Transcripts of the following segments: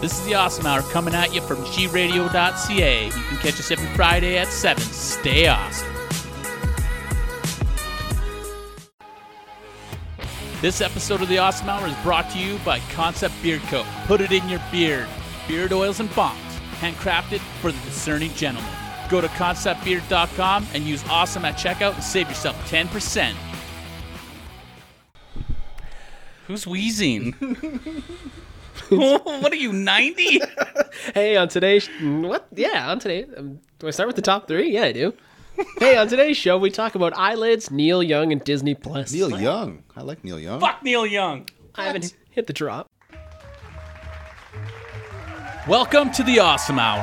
This is the Awesome Hour coming at you from gradio.ca. You can catch us every Friday at 7. Stay awesome. This episode of the Awesome Hour is brought to you by Concept Beard Co. Put it in your beard. Beard oils and bombs, handcrafted for the discerning gentleman. Go to conceptbeard.com and use awesome at checkout and save yourself 10%. Who's wheezing? what are you, 90? Hey, on today's mm, what? Yeah, on today. Um, do I start with the top three? Yeah, I do. hey, on today's show, we talk about eyelids, Neil Young, and Disney Plus. Neil Young. I like Neil Young. Fuck Neil Young. I haven't hit the drop. Welcome to the Awesome Hour.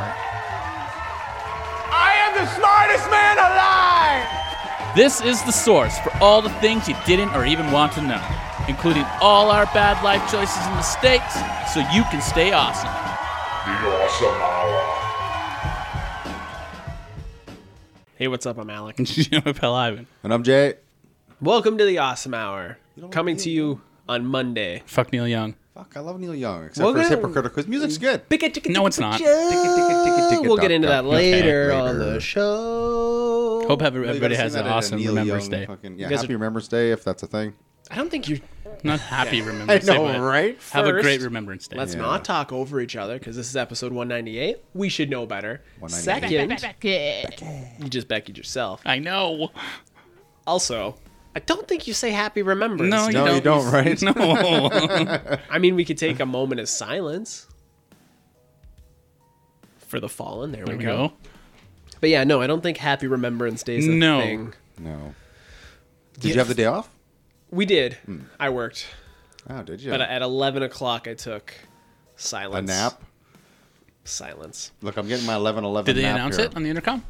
I am the smartest man alive! This is the source for all the things you didn't or even want to know, including all our bad life choices and mistakes, so you can stay awesome. The awesome hour. Hey, what's up? I'm Alec. Mm. Jim Pell Ivan. And I'm Jay. Welcome to the Awesome Hour, coming to you on Monday. Fuck Neil Young. Fuck, I love Neil Young, except Well, for his good. hypocritical. His music's good. No, it's not. We'll get into that later on later. the show. Hope every- You gotta everybody sing has that an at a awesome Neil Remembrance Young Day. fucking- yeah, guys are- happy Remembrance Day, if that's a thing. I don't think you. Not happy Remembrance Day. but right? Have a First, great Remembrance Day. Let's Yeah. not talk over each other because this is episode 198. We should know better. 198. Second, you just beckied yourself. I know. Also, I don't think you say happy remembrance. No, you No, you don't. don't, right? No. I mean, we could take a moment of silence for the fallen. There, there we we go. go. But yeah, no, I don't think Happy Remembrance Day is a No. thing. No. Did you have the day off? We did. Hmm. I worked, Oh, did you? uh, but at eleven o'clock, I took a silence. nap? Silence. Look, I'm getting my 11 11 Did they nap announce here. it on the intercom?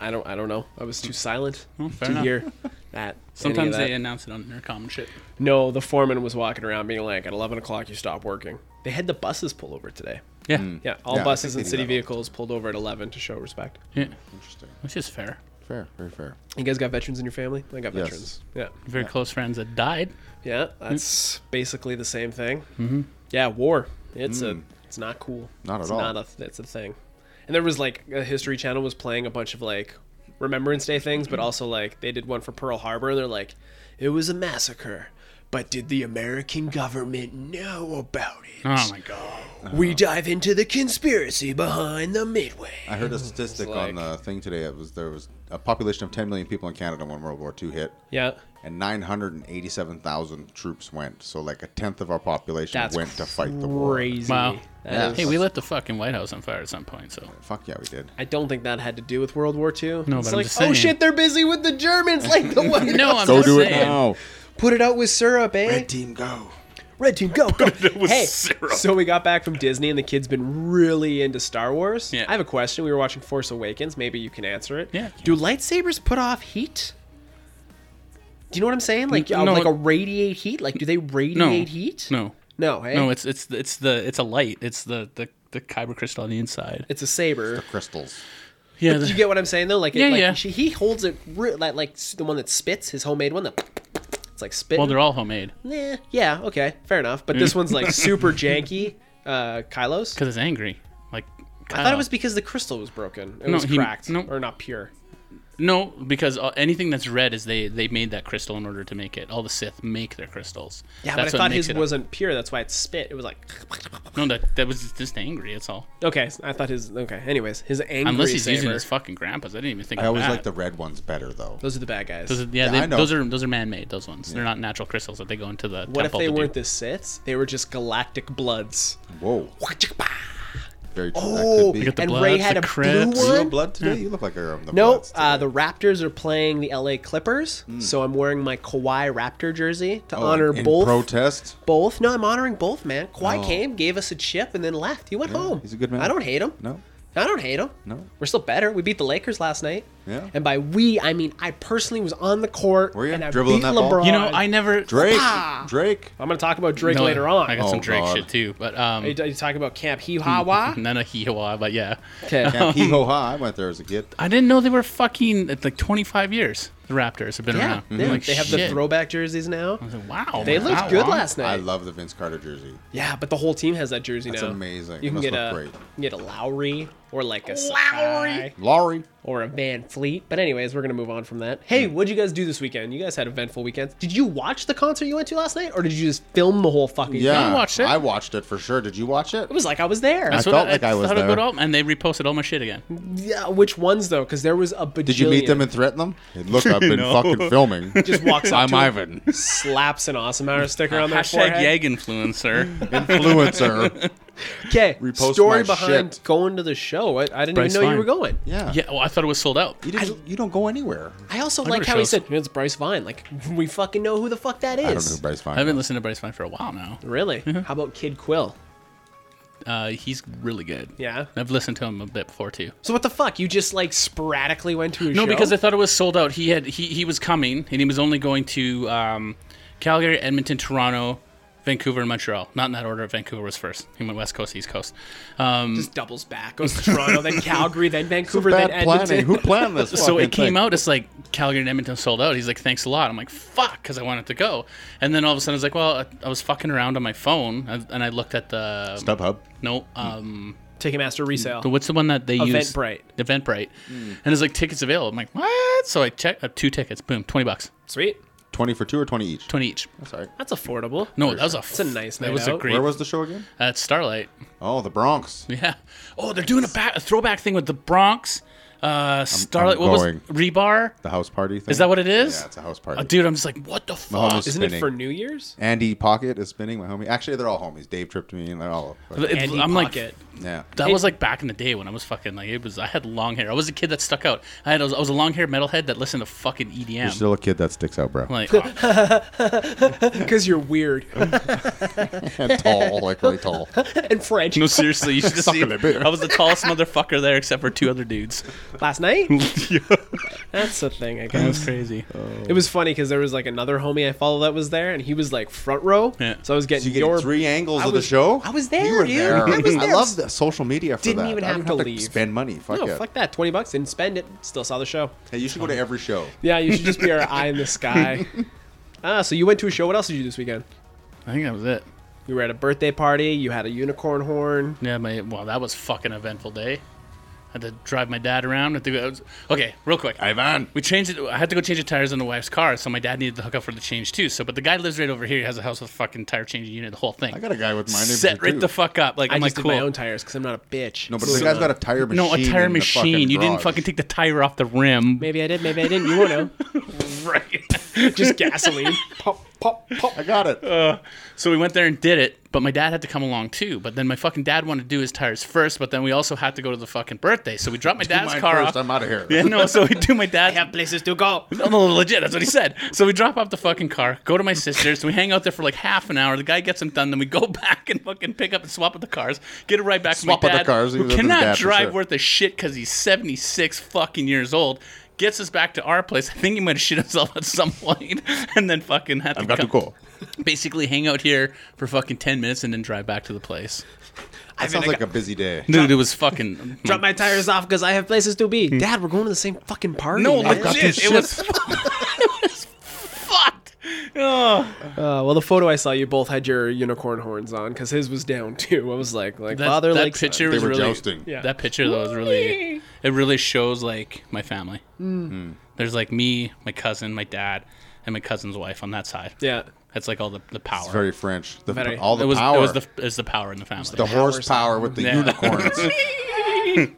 I don't. I don't know. I was too silent Oh, fair to enough. hear that. Sometimes any they of that. announce it on the intercom and shit. No, the foreman was walking around being like, "At eleven o'clock, you stop working." They had the buses pull over today. Yeah. Hmm. Yeah, all Yeah, I buses think and they do city that all the vehicles pulled over at eleven to show respect. yeah. Interesting. Which is fair. Fair, very fair. You guys got veterans in your family? I got Yes. veterans. Yeah. Very close friends that died. Yeah, that's basically the same thing. Mm-hmm. Yeah, war. It's a it's not cool. Mm. Not at it's all. Not a, it's a thing. And there was like a History Channel was playing a bunch of like Remembrance Day things, but also like they did one for Pearl Harbor. They're like, it was a massacre, but did the American government know about it? Oh my god. We dive into the conspiracy behind the Midway. I heard a statistic on the thing today. It was there was a population of 10 million people in Canada when World War II hit. Yeah, and 987,000 troops went. So like a tenth of our population that's went to fight the war. crazy. Wow. That Yeah. is- Hey, we lit the fucking White House on fire at some point, so Fuck yeah, we did. I don't think that had to do with World War II. No, it's but I'm like, just oh saying. shit, they're busy with the Germans, like the White No, House. I'm Go just do it saying. now. Put it out with syrup, eh? Red team, go. Red team, go, go. hey, syrup. so we got back from Disney, and the kid's been really into Star Wars. Yeah. I have a question. We were watching Force Awakens. Maybe you can answer it. Yeah. Do lightsabers put off heat? Do you know what I'm saying? Like, uh, no, like it- a radiate heat? Like, do they radiate No. heat? No. No, hey? No, it's it's it's the it's a light. It's the the the kyber crystal on the inside. It's a saber. Crystals. yeah. Do the- you get what I'm saying, though? Like, it, Yeah, like yeah. She, he holds it, re- like, like the one that spits, his homemade one, that it's like spit. well, they're all Mm. homemade Nah, yeah, okay, fair enough. But this one's like super janky. Uh, Kylos. because it's angry. Like I thought it was because the crystal was broken. It uh, No, was he- cracked no. or not pure. no because uh, anything that's red is they they made that crystal in order to make it. All the Sith make their crystals. that's Yeah, but I what thought makes his it- wasn't pure. That's why it spit. It was like No, that that was just angry. It's all. okay. I thought his okay. Anyways, his angry Unless he's saber. using his fucking grandpa's. I didn't even think. I of always that. like the red ones better though. Those are the bad guys. Those are, yeah, Yeah, they, I know. those are those are man-made. Those ones. They're not natural crystals that they go into the. what if temple they to do. weren't the Siths? They were just galactic bloods. Whoa. Very true. Oh, that got could be. the and Ray Bloods, had the a Crips. blue You one. have blood today? You look like you're on the No, Bloods uh, today. the Raptors are playing the LA Clippers, so I'm wearing my Kawhi Raptor jersey to Mm. Oh, honor in both. protest. Oh. both. No, I'm honoring both, man. Kawhi came, gave us a chip, and then left. He went home. he's a good man. I don't hate him. No. I don't hate him. No. We're still better. We beat the Lakers last night. Yeah. And by we, I mean I personally was on the court. Were you? and I Dribbling beat that ball? LeBron. You know, I never. Drake. Drake. I'm going to talk about Drake No, later on. I got Oh, some Drake God. shit too, but um, Are you, are you talking about Camp Hihawa? none of Hiwa, but yeah, okay. Yeah, hee ho ha. I went there as a kid. I didn't know they were fucking it's like 25 years. The Raptors have been Yeah, around. they, Mm-hmm. I'm like, they have the shit. throwback jerseys now. Wow, They man, looked how good long? last night. I love the Vince Carter jersey. yeah, but the whole team has that jersey That's now. amazing. You It can must get look a great. you get a Lowry or like a Lowry Laurie. or a Van Fleet. But anyways, we're gonna move on from that. Hey, what'd you guys do this weekend? You guys had eventful weekends. Did you watch the concert you went to last night, or did you just film the whole fucking? thing? Yeah. I watched it. I watched it for sure. Did you watch it? It was like I was there. I felt like I was thought it there. would all- and they reposted all my shit again. yeah, which ones though? Because there was a bajillion. Did you meet them and threaten them? Hey, look, I've been fucking filming. Just walks up I'm to him. Ivan, slaps an awesome hour sticker on their Hashtag forehead? Yag influencer. influencer. Okay, Repost story my behind shit. going to the show. I, I didn't Bryce even know Vine. you were going. Yeah. yeah, well, I thought it was sold out. You, didn't, you don't go anywhere. I also go like to how he shows. said it's Bryce Vine. Like we fucking know who the fuck that is. I don't know who Bryce Vine. I haven't is. listened to Bryce Vine for a while now. Really? Mm-hmm. How about Kid Quill? Uh, he's really good. Yeah. I've listened to him a bit before too. So what the fuck? You just like sporadically went to a show? No, because I thought it was sold out. He had he, he was coming and he was only going to um, Calgary, Edmonton, Toronto, Vancouver, and Montreal. Not in that order. Vancouver was first. He went West Coast, East Coast. Um, just doubles back, goes to Toronto, then Calgary, then Vancouver, then Bad Edmonton. planning. Who planned this? so it came out. It's like Calgary and Edmonton sold out. He's like, thanks a lot. I'm like, fuck, because I wanted to go. And then all of a sudden, I was like, well, I, I was fucking around on my phone, and and I looked at the StubHub. No, um, Ticketmaster resale. the, what's the one that they use? Eventbrite. Eventbrite. Mm. And it's like tickets available. I'm like, what? So I checked uh, two tickets. Boom, twenty bucks, Sweet. Twenty for two or twenty each. twenty each. Sorry. That's affordable. No, that was a. It's a nice That night was a out. great. Where was the show again? uh, Starlight? Oh, the Bronx. Yeah. Oh, they're doing a, ba- a throwback thing with the Bronx. Uh, Starlight. I'm what was going. Rebar? The house party thing. Is that what it is? Yeah, it's a house party. Oh, dude, I'm just like, what the My fuck? homie's Isn't spinning. it for New Year's? Andy Pocket is spinning. My homie. Actually, they're all homies. Dave tripped me, and they're all. It- Andy I'm like, Pocket. Yeah. that was like back in the day when I was fucking like it was. I had long hair. I was a kid that stuck out. I had I was, I was a long hair metalhead that listened to fucking You're EDM. still a kid that sticks out, bro. I'm like, oh, Because you're weird and tall, like really tall. and French. no, seriously, you should just see. Sucking a bit. I was the tallest motherfucker there, except for two other dudes. Last night? That's the thing, I guess. That's crazy. Oh. It was funny because there was like another homie I follow that was there, and he was like front row. Yeah. So I was getting So you get your three angles I of the was- show. I was there, You were dude. there. I was there. love the social media for Didn't that. even I don't have to leave. Spend money. Fuck No, it. fuck that. Twenty bucks. Didn't spend it. Still saw the show. Hey, you should go to every show. Yeah, you should just be our eye in the sky. Ah, so you went to a show. What else did you do this weekend? I think that was it. You were at a birthday party. You had a unicorn horn. Yeah, my well, that was fucking eventful day. I had to drive my dad around. I think that was- okay, real quick. Ivan. We changed it. I had to go change the tires on the wife's car, so my dad needed to hook up for the change too. So, but the guy lives right over here. He has a house with a fucking tire changing unit, the whole thing. I got a guy with my name. set right too. the fuck up. Like I I'm just like did cool. my own tires because I'm not a bitch. No, but the guy's got a tire machine. no, a tire in the fucking machine. You didn't garage. fucking take the tire off the rim. maybe I did. Maybe I didn't. You won't know. Right. just gasoline. Pop, pop, pop. I got it. Uh, so we went there and did it, but my dad had to come along too. But then my fucking dad wanted to do his tires first, but then we also had to go to the fucking birthday. So we dropped my dad's Mine car first. off. I'm out of here. yeah, no, so we do my dad. places to go. No, no, legit. That's what he said. So we drop off the fucking car, go to my sister's, we hang out there for like half an hour. The guy gets him done, then we go back and fucking pick up and swap up the cars, get it right back Swap to up my the dad. cars, who he's with his cannot dad for drive sure. worth a shit because he's seventy six fucking years old. Gets us back to our place. I think he might have shit himself at some point, and then fucking had to, I've got to come- go. basically hang out here for fucking ten minutes and then drive back to the place. That sounds like a busy day. Dude, it was fucking Drop my tires off because I have places to be. Hmm. Dad, we're going to the same fucking party. no man. got legit. this It shit. was, it was fucked. Oh. Uh, well, the photo I saw, you both had your unicorn horns on because his was down too. I was like, like That, father, that like son. picture They was were really jousting. Yeah. that picture though is really it really shows like my family. Mm. Mm. There's like me, my cousin, my dad, and my cousin's wife on that side. Yeah. that's like all the, the power. It's very French. The, Very. All the it was power. it was the it was the power in the family. the horsepower with the Yeah. unicorns.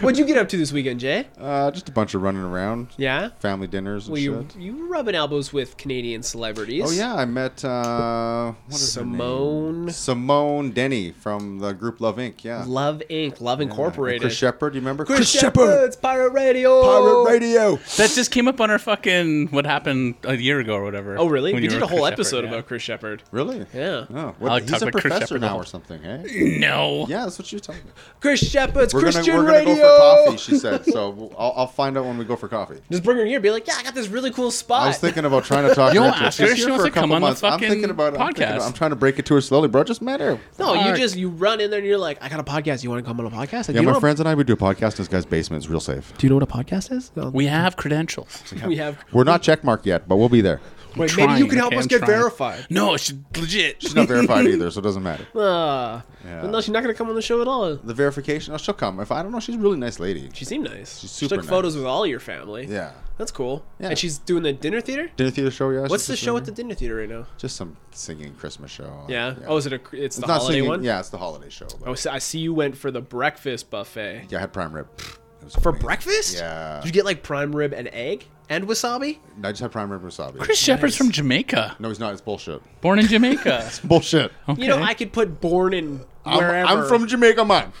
What'd you get up to this weekend, Jay? uh, just a bunch of running around. Yeah. Family dinners and Well, you shit. you were rubbing elbows with Canadian celebrities. Oh yeah, I met uh, what is her name? Simone Simone Denny from the group Love Inc. Yeah. Love Inc. Love Incorporated. Chris Shepard, you remember? It's Pirate Radio. Pirate Radio. that just came up on our fucking what happened a year ago or whatever. Oh really? when we you did were a whole Chris Shepard, episode yeah. about Chris Shepard. Really? Yeah. Oh, I what, like he's a talking about Chris professor Shepard now all- or something, eh? No. Yeah, that's what you're talking about. Chris Shepard's We're Christian we're radio. go for coffee, she said. So I'll, I'll find out when we go for coffee. Just bring her here. Be like, yeah, I got this really cool spot. I was thinking about trying to talk You her don't into it. ask her. She's She here wants for to a couple come on the months. I'm thinking fucking about it. I'm, thinking podcast. about- I'm trying to break it to her slowly, bro. Just met her. no, you Fuck. just you run in there and you're like, I got a podcast. You want to come on a podcast? Like, do Yeah, you my know friends and I, we do a podcast in this guy's basement. It's real safe. What, do you know what a podcast is? No. We have credentials. we have. We're not checkmarked yet, but we'll be there. Wait, Trying, maybe you can help okay, us I'm get trying. verified. No, it's legit. She's not verified either, so it doesn't matter. Uh, Yeah. No, she's not gonna come on the show at all. The verification, oh, she'll come. If I don't know, she's a really nice lady. She seemed nice. She's she super took photos with all your family. Yeah. That's cool. Yeah. And she's doing the dinner theater? Dinner theater show, yeah. What's she's the just show doing- at the dinner theater right now? Just some singing Christmas show. Yeah. Oh, is it a it's the It's holiday singing, one? Yeah, it's the holiday show. but- Oh, so I see you went for the breakfast buffet. Yeah, I had prime rib. It was For amazing. breakfast? Yeah. Did you get like prime rib and egg and wasabi? I just had prime rib and wasabi. Chris Shepard's from Jamaica. No, he's not. It's bullshit. Born in Jamaica. Bullshit. You know, I could put born in I'm, wherever. I'm from Jamaica, man.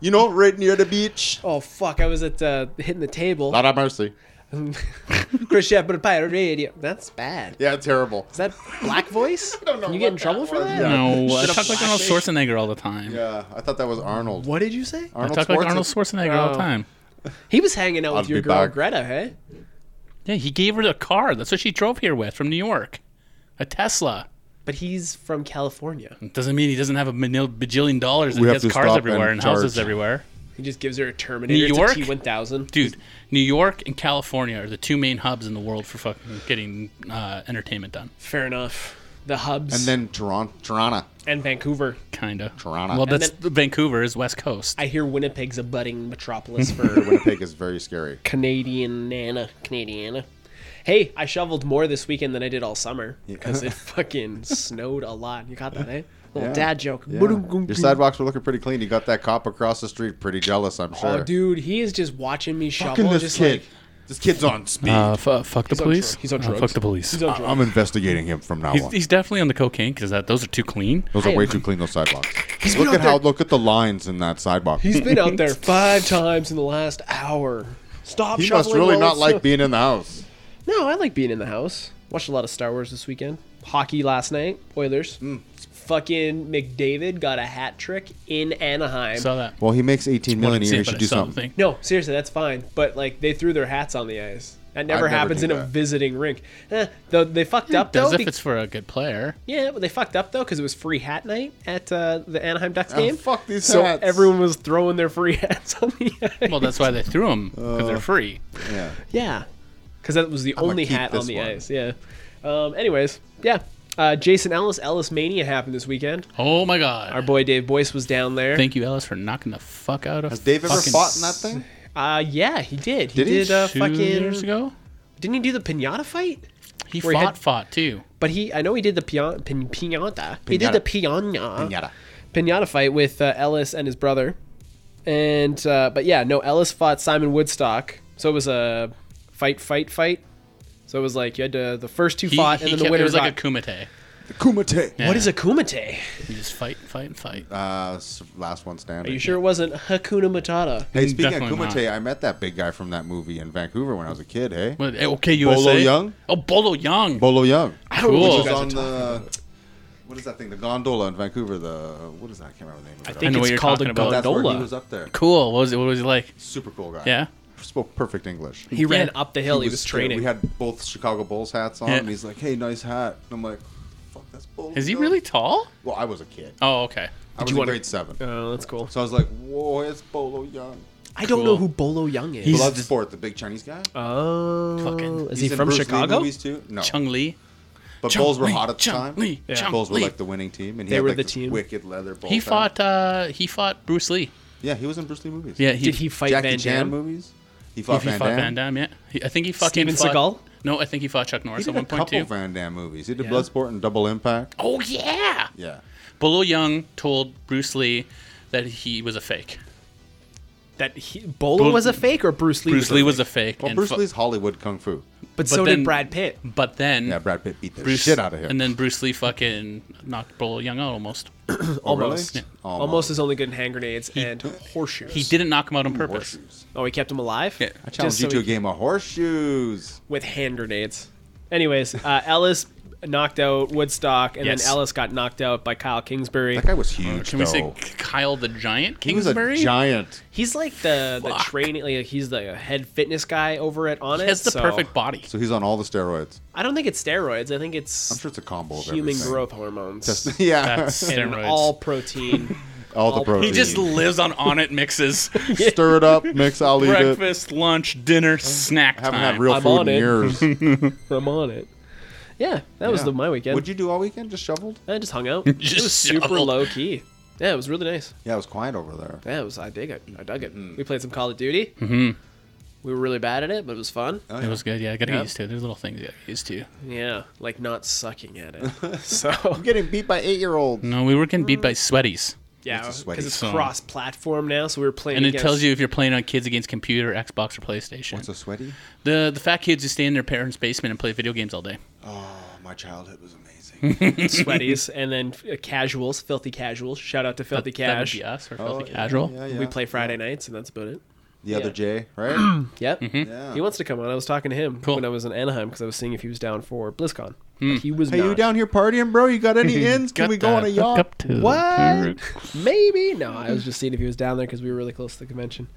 You know, right near the beach. Oh fuck! I was at uh, hitting the table. Not have mercy. Chris Shepard, Pirate Radio. That's bad. Yeah, terrible. Is that black voice? Can you get in trouble for that? Yeah. no, I talk like Arnold Schwarzenegger all the time. Yeah, I thought that was Arnold. What did you say? I Arnold talk like Schwarzenegger. Arnold Schwarzenegger all the Oh. time. He was hanging out with I'll your be girl back. Greta, hey? Yeah, he gave her the car. That's what she drove here with from New York. A Tesla. But he's from California. Doesn't mean he doesn't have a manil- bajillion dollars and We he have has to cars stop everywhere and and houses charge. everywhere. He just gives her a Terminator. New York? It's a T1000. Dude, New York and California are the two main hubs in the world for fucking getting uh, entertainment done. Fair enough. The hubs And and, then Toronto. Toronto. Vancouver. Kinda. Toronto. Well, And that's Vancouver is West Coast. I hear Winnipeg's a budding metropolis for Winnipeg is very scary. Canadian Nana, Canadiana. Hey, I shoveled more this weekend than I did all summer because it fucking snowed a lot. You caught that, eh? Little Yeah. dad joke. Yeah. Your sidewalks were looking pretty clean. You got that cop across the street pretty jealous, I'm sure. Oh, dude, he is just watching me shovel. Fucking this just kid. Like, this kid's on speed. Uh, f- fuck the on police. drugs. He's on Uh, drugs. fuck the police. he's on drugs. I'm investigating him from now He's, on. he's definitely on the cocaine because that those are too clean. Those are I way am- too clean. Those sidewalks. been Look out at how. there- Look at the lines in that sidewalk. He's been out there five times in the last hour. Stop he shoveling. must really while not it's like snow- being in the house. No, I like being in the house. Watched a lot of Star Wars this weekend. Hockey last night. Oilers. Mm. Fucking McDavid got a hat trick in Anaheim. Saw that. Well, he makes 18 million a Didn't see year. it, but He should I do saw the something. thing. No, seriously, that's fine. But like they threw their hats on the ice. That never never happens do in a that. visiting rink. Eh, though they fucked up though. Does if be- it's for a good player. yeah, but they fucked up though because it was free hat night at uh, the Anaheim Ducks game. Oh, fuck these so hats. everyone was throwing their free hats on the ice. Well, that's why they threw them because Uh. they're free. Yeah. Yeah, because that was the only keep hat on this the one. ice. Yeah. Um, anyways, yeah. Uh, Jason Ellis, Ellis Mania happened this weekend. Oh my god. Our boy Dave Boyce was down there. Thank you, Ellis, for knocking the fuck out of. Has Dave ever fucking fought in that thing? uh, yeah, he did. He Did he? did, uh, two fucking. years ago? Didn't he do the pinata fight? He Where fought, he had- fought too. But he, I know he did the pian, pin, pinata. He did Pinata. the piana Pinata. pinata fight with uh, Ellis and his brother. And uh, but yeah, no, Ellis fought Simon Woodstock. So it was a fight, fight, fight. So it was like you had to, the first two He, fought, he and then the kept- winner It was like got- a kumite. Kumite. Yeah. What is a kumite? You just fight, and fight, and fight. Uh, s- last one standing. Are you sure it wasn't Hakuna Matata? Hey, speaking of Definitely not. Kumite, I met that big guy from that movie in Vancouver when I was a kid. Hey, What, eh, okay, USA. Young? Oh, Bolo Young. Bolo Young. don't know what Which you is guys are on the what is that thing? The gondola in Vancouver. The what is that? I can't remember the name of it. I think know what it's you're called talking a about. that's where gondola. he was up there. cool. What was it? What was he like? Super cool guy. Yeah. Spoke perfect English. He ran Yeah. up the hill. He was, training. We had both Chicago Bulls hats on, Yeah. and he's like, "Hey, nice hat." And I'm like, "Fuck, that's Bolo." Is he Young." really tall? Well, I was a kid. Oh, okay. I was you in wanna- grade seven, oh, that's cool. so I was like, "Whoa, it's Bolo Young." I don't know who Bolo Young is. He's- Blood sport, the big Chinese guy. oh, Fucking- is He's he in from Bruce Lee Chicago? movies too? No, Chung Lee. but Chung Bulls were Lee, hot at the Chung time. Lee, Chung Bulls were Lee. like the winning team, and he They had were like the this team. wicked leather. Bowl He tie. fought. uh He fought Bruce Lee. Yeah, he was in Bruce Lee movies. Yeah. He, Did he fight Jackie Van Chan Damme? movies. He He fought, Van, fought Damme. Van Damme. Yeah. He, I think he fucking. Steven fought, Seagal? No, I think he fought Chuck He Norris did at a one point couple too. Van Damme movies. He did Yeah. Bloodsport and Double Impact. Oh yeah. Yeah. Bolo Young told Bruce Lee that he was a fake. That he, Bolo Bol- was a fake, or Bruce Lee? Bruce Lee was a fake. Well, and Bruce fu- Lee's Hollywood kung fu. but but so then- did Brad Pitt. But then Yeah, Brad Pitt beat the Bruce, shit out of him. And then Bruce Lee fucking knocked Bolo Young out almost. Oh, really? almost. Yeah. Almost. is only good in hand grenades and horseshoes. He didn't knock him out on purpose. Horseshoes. Oh, he kept him alive. Yeah. I challenge Just you so to a he- game of horseshoes. with hand grenades. Anyways, uh, Ellis knocked out Woodstock, and Yes. then Ellis got knocked out by Kyle Kingsbury. That guy was huge. Can we say though. Kyle the Giant he was Kingsbury? a giant? He's like the the Fuck. training, like he's the head fitness guy over at On He It. has the so- perfect body. So he's on all the steroids. I don't think it's steroids. I think it's I'm sure it's a combo of human everything. growth hormones. yeah, That's and steroids. all protein. all all- the protein. he just lives on on it mixes. stir it up, mix. I'll eat it. Breakfast, lunch, dinner, snack I haven't time. Uh, had real I'm food on in it. years. that I'm on it. Yeah, that was the, my weekend. What'd you do all weekend? Just shoveled? I just hung out. it Just was super shoveled. low key. Yeah, it was really nice. Yeah, it was quiet over there. Yeah, it was. I dig it. I dug it. We played some Call of Duty. Mm-hmm. We were really bad at it, but it was fun. Oh, It yeah. was good. Yeah, I got to Yeah. get used to it. There's little things you got to get used to. Yeah, like not sucking at it. so I'm getting beat by eight-year-olds. No, we were getting beat by sweaties. yeah, It's a sweaty because it's song. cross-platform now, so we were playing. And it against- tells you if you're playing on kids against computer, Xbox, or PlayStation. What's a sweaty? the the fat kids who stay in their parents' basement and play video games all day. Oh, my childhood was amazing. sweaties and then uh, casuals, filthy casuals. Shout out to filthy That would cash. be us or Oh, filthy yeah, casual. Yeah, yeah. We play Friday nights, and that's about it. the other Jay, right? Yep. yeah. He wants to come on. I was talking to him Mm-hmm. Cool. Hmm. when I was in Anaheim because I was seeing if he was down for BlizzCon. But He was Hey, not. you down here partying, bro? You got any ends? Can Got we go that on a hook yacht? up to the What? parent. Maybe. No, I was just seeing if he was down there because we were really close to the convention.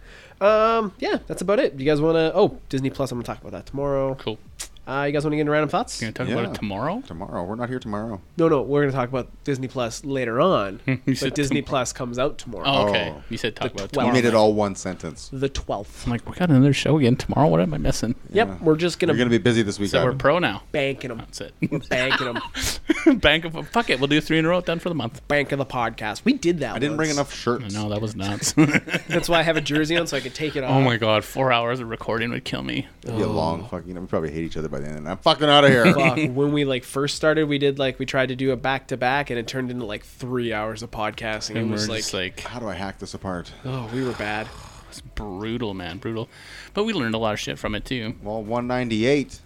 Um, yeah, that's about it. You guys want to? Oh, Disney Plus. I'm gonna talk about that tomorrow. Cool. Uh, you guys want to get into random thoughts? You're gonna talk about Yeah. it tomorrow. Tomorrow. We're not here tomorrow. No, no, we're gonna talk about Disney Plus later on. said but Disney Plus comes out tomorrow. Oh, okay. Oh. You said talk about it twelve. You tomorrow. made it all one sentence. The twelfth. I'm like, we got another show again tomorrow. What am I missing? Yep, Yeah. we're just gonna, You're gonna be busy this weekend. So we're pro now. banking them, That's it. banking them, Bank of fuck it. We'll do three in a row. Done for the month. banking the podcast. We did that. I didn't bring enough shirts. No, that was nuts. That's why I have a jersey on so I could take it off. oh my god, four hours of recording would kill me. It'd be a Oh. long fucking. we probably hate each other by the end. I'm fucking out of here. Fuck, when we like first started, we did like we tried to do a back to back, and it turned into like three hours of podcasting. And it we're was like, just like, How do I hack this apart? oh, we were bad. it's brutal, man, brutal. But we learned a lot of shit from it too. Well, 198.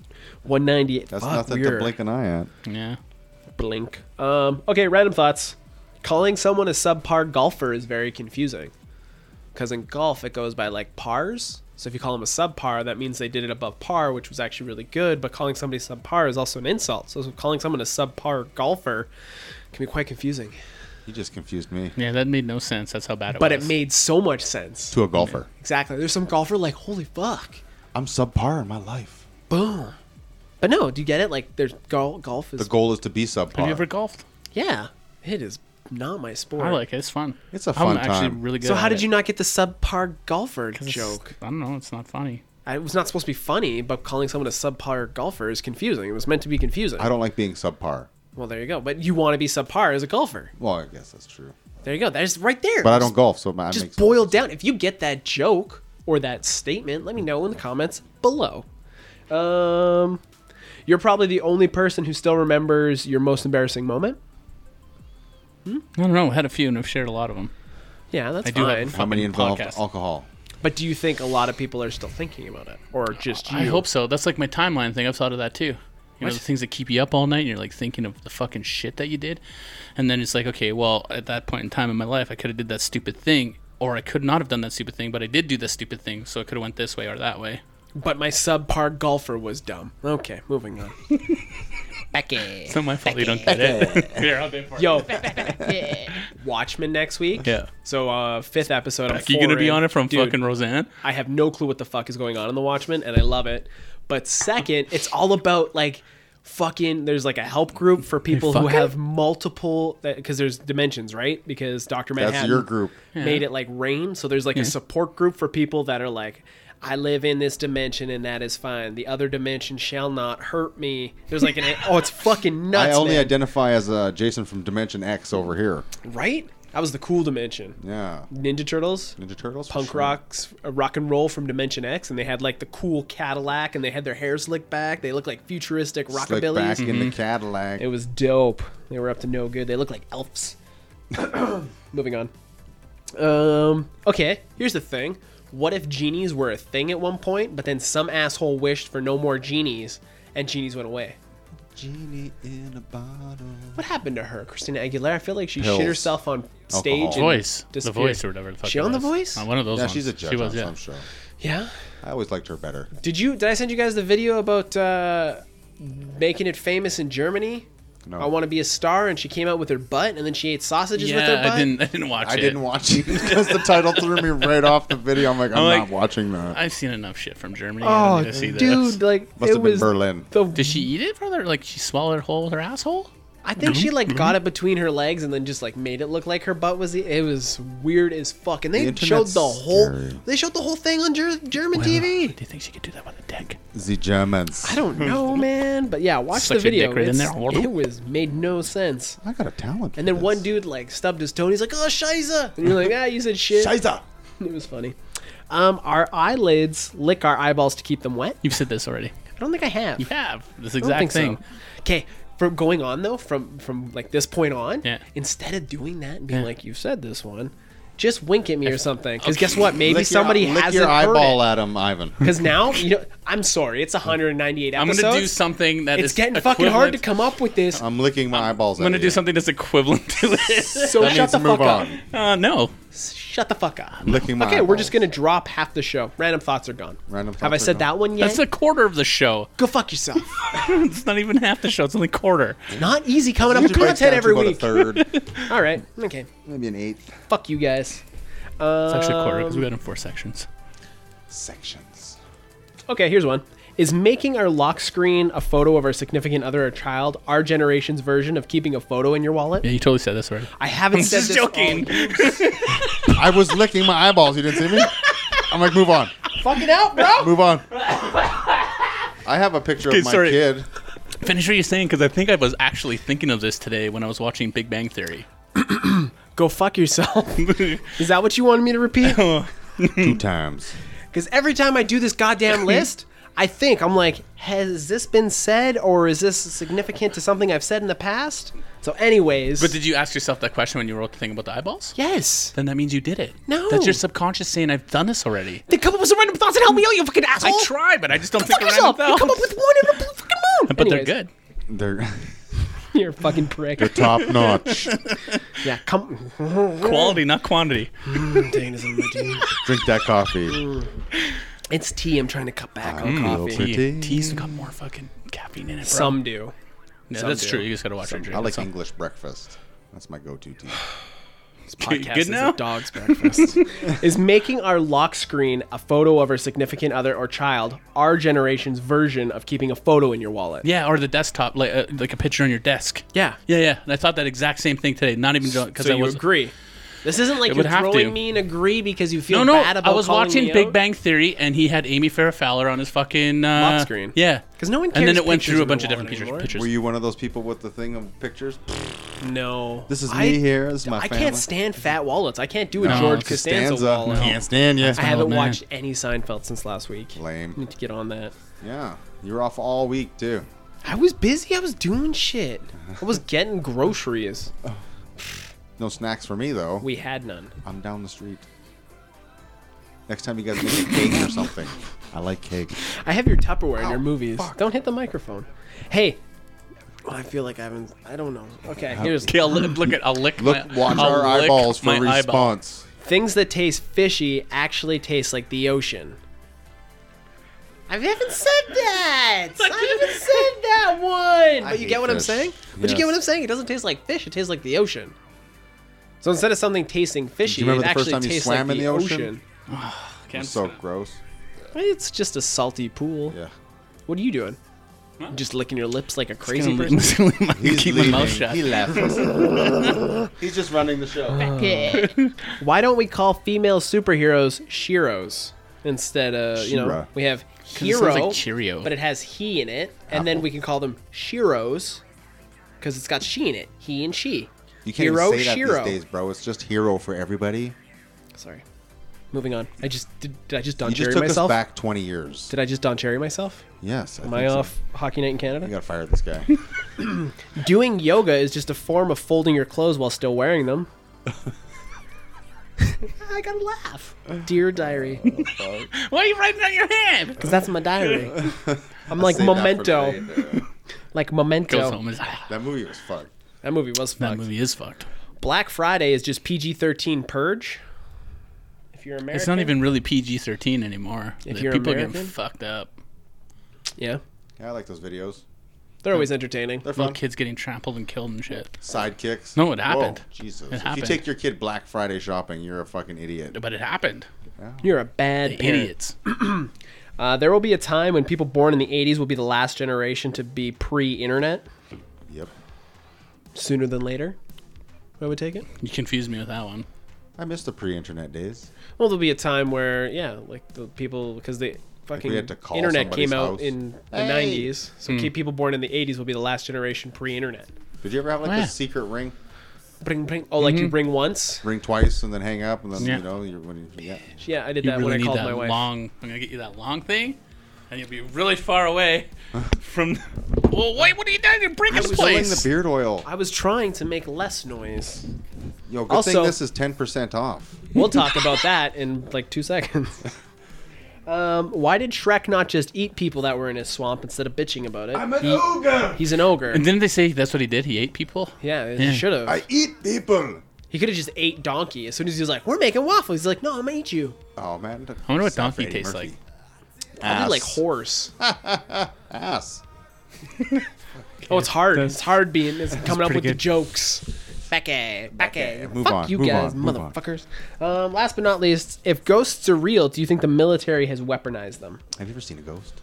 One ninety eight. That's Fuck, nothing we to were- blink an eye at. Yeah. Blink. Um. Okay. Random thoughts. Calling someone a subpar golfer is very confusing, because in golf it goes by like pars. So if you call them a subpar, that means they did it above par, which was actually really good. But calling somebody subpar is also an insult. So calling someone a subpar golfer can be quite confusing. You just confused me. Yeah, that made no sense. That's how bad it But was. it made so much sense. To a golfer. Exactly. There's some golfer like, holy fuck, I'm subpar in my life. boom. But no, do you get it? Like, there's gol- golf The is goal is to be subpar. Have you ever golfed? yeah, it is not my sport. I like it. It's fun. It's a I'm fun actually time. really good. so how at did it. you not get the subpar golfer 'Cause it's- joke? I don't know. It's not funny. I- It was not supposed to be funny, but calling someone a subpar golfer is confusing. It was meant to be confusing. I don't like being subpar. well, there you go. But you want to be subpar as a golfer. Well, I guess that's true. There you go. That is right there. But I don't golf, so my Just boiled down. If you get that joke or that statement, let me know in the comments below. Um, you're probably the only person who still remembers your most embarrassing moment. I don't know. I had a few and I've shared a lot of them. Yeah, that's I do have fine. How many fucking involved podcast. alcohol? but do you think a lot of people are still thinking about it, or just you? I hope so. That's like my timeline thing. I've thought of that too. You know, the things that keep you up all night and you're like thinking of the fucking shit that you did. And then it's like, okay, well, at that point in time in my life, I could have did that stupid thing or I could not have done that stupid thing, but I did do that stupid thing, so I could have went this way or that way. But my subpar golfer was dumb. Okay, moving on. It's not my fault you don't get it. Here, I'll do it for you. Yo, Watchmen next week. Yeah. So uh, fifth episode. I'm You're gonna be four in. on it from Dude, fucking Roseanne? I have no clue what the fuck is going on in the Watchmen, and I love it. But second, it's all about like fucking. There's like a help group for people who fucking- have multiple because there's dimensions, right? Because Doctor That's Manhattan your group. made it like rain, so there's like a support group for people that are like. I live in this dimension and that is fine. The other dimension shall not hurt me. There's like an oh, it's fucking nuts, I only man. identify as uh, Jason from Dimension X over here. right? That was the cool dimension. Yeah. Ninja Turtles, Ninja Turtles. for punk sure. rocks, uh, rock and roll from Dimension X, and they had like the cool Cadillac, and they had their hair slicked back. They looked like futuristic Slick back rockabillys. in the Cadillac. It was dope. They were up to no good. They looked like elves. Moving on. Um. Okay. Here's the thing. What if genies were a thing at one point, but then some asshole wished for no more genies, and genies went away? Genie in a bottle. What happened to her, Christina Aguilera? I feel like she Pills. shit herself on stage. Alcohol. and Voice. The disappeared. voice or whatever the fuck She it on The was. Voice? Uh, one of those Yeah, ones. she's a judge She was, on yeah. some show. Yeah. I always liked her better. Did you? Did I send you guys the video about uh, making it famous in Germany. No. I want to be a star, and she came out with her butt, and then she ate sausages with her Yeah, butt. I didn't. I didn't watch I it. didn't watch it because the title threw me right off the video. I'm like, I'm, I'm like- not watching that. I've seen enough shit from Germany. I Oh, don't need to see dude! this. Like Must it have been was Berlin. the. Did she eat it from her? Like she swallowed it whole with her asshole? I think Mm-hmm. she like got it between her legs and then just like made it look like her butt was. The, it was weird as fuck, and they The showed internet's the whole. scary. They showed the whole thing on Ger- German Do TV. you think she could do that with a dick? The Germans. I don't know, man, but yeah, watch Suck the your dick video. right in It's- there. It was made no sense. I got a talent. And then one dude like stubbed his toe. and He's like, "Oh, shiza," and you're like, "Ah, you said shit." Scheiße. It was funny. Um, our eyelids lick our eyeballs to keep them wet. You've said this already. I don't think I have. You have this I don't exact thing. think So. Okay, from going on though, from from like this point on, Yeah. instead of doing that and being Yeah. like, "You've said this one," just wink at me or something. Because guess what? Maybe Lick your- somebody lick hasn't your eyeball heard it. at him, Ivan. Because now, you know, I'm sorry. It's 198 I'm episodes. gonna do something that It's is getting fucking hard to equivalent- come up with this. I'm licking my eyeballs. I'm gonna at do you. something that's equivalent to this. So That shut means the move fuck up. on. Uh, no. Shut the fuck up. Licking my okay, we're just eyeballs. gonna drop half the show. Random thoughts are gone. Random Have I thoughts are said gone. that one yet? That's a quarter of the show. Go fuck yourself. It's not even half the show. It's only quarter. Not easy coming up with Usually breaks content down to every about a week. third, All right. Okay. maybe an eighth Fuck you guys. It's actually a quarter Um, because we got in four sections. sections. Okay, here's one. Is making our lock screen a photo of our significant other or child our generation's version of keeping a photo in your wallet? Yeah, you totally said this already. I haven't said just this. joking. all- I was licking my eyeballs. You didn't see me. I'm like, move on, Fuck it out, bro. move on. I have a picture Okay, of my sorry. kid. Finish what you're saying because I think I was actually thinking of this today when I was watching Big Bang Theory. Go fuck yourself. Is that what you wanted me to repeat? Hmm. Two times. Because every time I do this goddamn list, I think I'm like, has this been said or is this significant to something I've said in the past? So, anyways, But did you ask yourself that question when you wrote the thing about the eyeballs? yes, Then that means you did it. No. That's your subconscious saying, I've done this already. then come up with some random thoughts and help me out, you fucking asshole. I try, but I just don't Fuck think around yourself. You come up with one in a blue fucking moon. But they're Anyways, good. They're You're a fucking prick. top notch. Yeah, come. Quality, not quantity. Drink that coffee. It's tea. I'm trying to cut back Mm, on Feel coffee. pretty. Tea's got more fucking caffeine in it, bro. Some do. Yeah, that's do. true. You just gotta watch your drink. I like That's all. English breakfast. That's my go-to tea. This Good- podcast good is now? a dog's breakfast. is making our lock screen a photo of our significant other or child our generation's version of keeping a photo in your wallet? Yeah, or the desktop, like uh, like a picture on your desk. Yeah. yeah, yeah. And I thought that exact same thing today. Not even because So I you was agree. This isn't like It you're would have throwing to. me an agree because you feel no, no. bad about I was calling watching me Big out. Bang Theory, and he had Amy Farrah Fowler on his fucking uh, Lock screen. Yeah, 'Cause no one And then carries it went through pictures a in their bunch of different wallet pictures. anymore. Pictures. Were you one of those people with the thing of pictures? No. This is I- me here. This is my I family. can't stand fat wallets. I can't do a No, George it's Costanza, wallet. Can't stand you. I old haven't Oh, man. watched any Seinfeld since last week. Lame. Need to get on that. Yeah, you were off all week too. I was busy. I was doing shit. I was getting groceries. No snacks for me though. We had none. I'm down the street. Next time you guys make a cake or something. I like cake. I have your Tupperware in Ow, your movies. fuck. Don't hit the microphone. Hey. I feel like I haven't. I don't know. Okay, here's Okay, I'll li- look at. I'll lick. Look, my, watch I'll our lick eyeballs for my eyeball. response. things that taste fishy actually taste like the ocean. I haven't said that. I haven't said that one. But you hate get what I'm fish. saying? But you get Yes. what I'm saying? It doesn't taste like fish. It tastes like the ocean. So instead of something tasting fishy, remember it the first actually time you tastes swam like in the the ocean. ocean? Okay, I'm It's just so gonna- gross. It's just a salty pool. Yeah. What are you doing? Just licking your lips like a He's crazy gonna person. leave my- keep my mouth shut. He left. He's just running the show. Why don't we call female superheroes Shiros instead of you know Shira. we have it sounds hero, like Cheerio. but it has he in it, and then we can call them Shiros because it's got she in it, he and she. You can't Hero, even say that Shiro. these days, bro. It's just hero for everybody. Sorry. Moving on. I just did. did I just Don You just Cherry took myself? us back 20 years. Did I just Don Cherry myself? yes. I Am I think so. off Hockey Night in Canada? You gotta fire this guy. Doing yoga is just a form of folding your clothes while still wearing them. I gotta laugh. Dear diary. Why are you writing it on your hand? Because that's my diary. I'm like Save that for memento. later. Like Goes memento. home. and- ah, That movie was fun. That movie was That fucked. movie is fucked. Black Friday is just PG 13 purge. If you're American. It's not even really PG-13 anymore. If The you're People are American? getting fucked up. Yeah. Yeah, I like those videos. They're always entertaining. They're Little fun. kids getting trampled and killed and shit. Sidekicks. No, it Whoa, happened. Jesus. It If you happened. take your kid Black Friday shopping, you're a fucking idiot. But it happened. You're a bad parent. Idiots. Uh, there will be a time when people born in the 80s will be the last generation to be pre-internet. Yep. Sooner than later, I would take it. You confused me with that one. I miss the pre-internet days. Well, there'll be a time where yeah, like the people because the fucking had to call internet somebody's came out house. in the Hey. 90s, so Hmm. keep people born in the 80s will be the last generation pre-internet. Did you ever have like Yeah. a secret ring, Bring, bring. Oh, Mm-hmm. like you ring once. ring twice, and then hang up, and then Yeah. you know you're when you, yeah. Yeah, I did You that really when I need called that my wife. long. I'm gonna get you that long thing, and you'll be really far away from. Well, wait, what are you doing? You're breaking the Selling place. the beard oil. I was trying to make less noise. Yo, good Also- thing this is ten percent off. We'll talk about that in like two seconds. Um, why did Shrek not just eat people that were in his swamp instead of bitching about it? an ogre. He's an ogre. And didn't they say that's what he did? He ate people. Yeah, he should have. eat people. He could have just ate donkey. As soon as he was like, "We're making waffles," he's like, "No, I'm gonna eat you." Oh man. I wonder what donkey tastes like. Probably like horse. Ass. Oh, it's hard. It's hard being it's coming up pretty with the good. jokes. Becky, Becky, move fuck on, you move guys, on, move on. motherfuckers. Um, last but not least, if ghosts are real, do you think the military has weaponized them? Have you ever seen a ghost?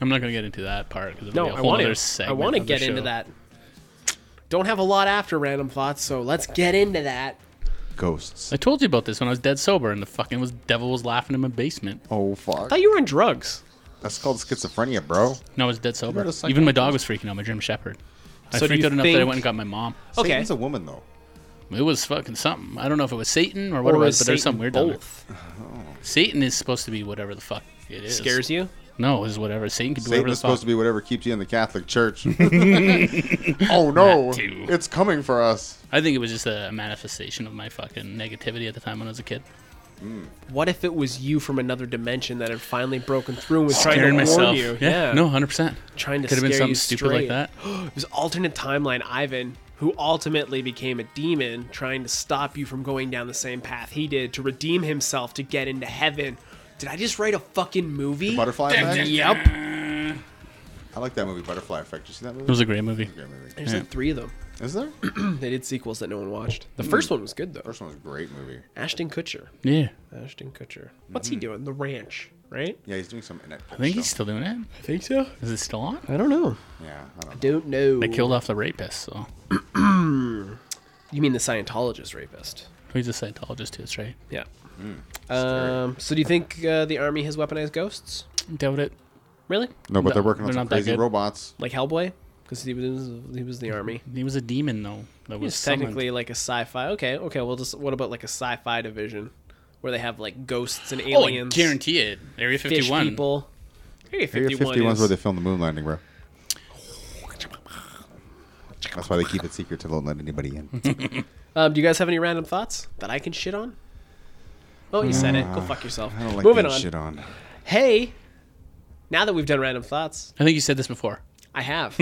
I'm not gonna get into that part because No, I want to. I want to to get into that. Don't have a lot after random thoughts, so let's get into that. Ghosts. I told you about this when I was dead sober, and the fucking was devil was laughing in my basement. Oh I fuck. thought you were on drugs. That's called schizophrenia, bro. No, I was dead sober. You're a Even my dog was freaking out. My German Shepherd. I So do freaked you out enough that I think- went and got my mom. Okay. Satan's a woman though. It was fucking something. I don't know if it was Satan or what it Or was, is but there's Satan something weird. down there. both. Satan is supposed to be whatever the fuck it is. Scares you? No, it's whatever. Satan can be Satan whatever the is supposed fuck. to be whatever keeps you in the Catholic Church. oh no, That too. it's coming for us. I think it was just a manifestation of my fucking negativity at the time when I was a kid. What if it was you from another dimension that had finally broken through and was trying to Scaring warn myself. you? Yeah, No, hundred percent. trying to Could have been scare something you stupid straight. like that. It was alternate timeline Ivan, who ultimately became a demon, trying to stop you from going down the same path he did to redeem himself to get into heaven. Did I just write a fucking movie? Butterfly effect. Yep. I like that movie, Butterfly Effect. You see that movie? It was a great movie. great movie. There's like three of them. Is there? They did sequels that no one watched. The first one was good though. First one was a great movie. Ashton Kutcher. Yeah. Ashton Kutcher. What's he doing? The Ranch, right? Yeah, he's doing some. in that I think show. he's still doing it. I think so. Is it still on? I don't know. Yeah, I don't know. Don't know. They killed off the rapist, so You mean the Scientologist rapist? he's a Scientologist too. That's right. Yeah. um. So do you think uh, the army has weaponized ghosts? Doubt it. Really? No, but No, they're working on they're some not that crazy good. robots. like Hellboy, because he was he was in the army. He was a demon though. That He was was technically like a sci-fi. Okay, okay. Well, just what about like a sci-fi division where they have like ghosts and Oh, I aliens, guarantee it. Area fish 51. people. Area Area 51, 51 is is- where they filmed the moon landing, bro. That's why they keep it secret to don't let anybody in. Um, do you guys have any random thoughts that I can shit on? Oh, you said it. Go fuck yourself. I don't like Moving being on. shit on. Hey, now that we've done random thoughts, I think you said this before. I have,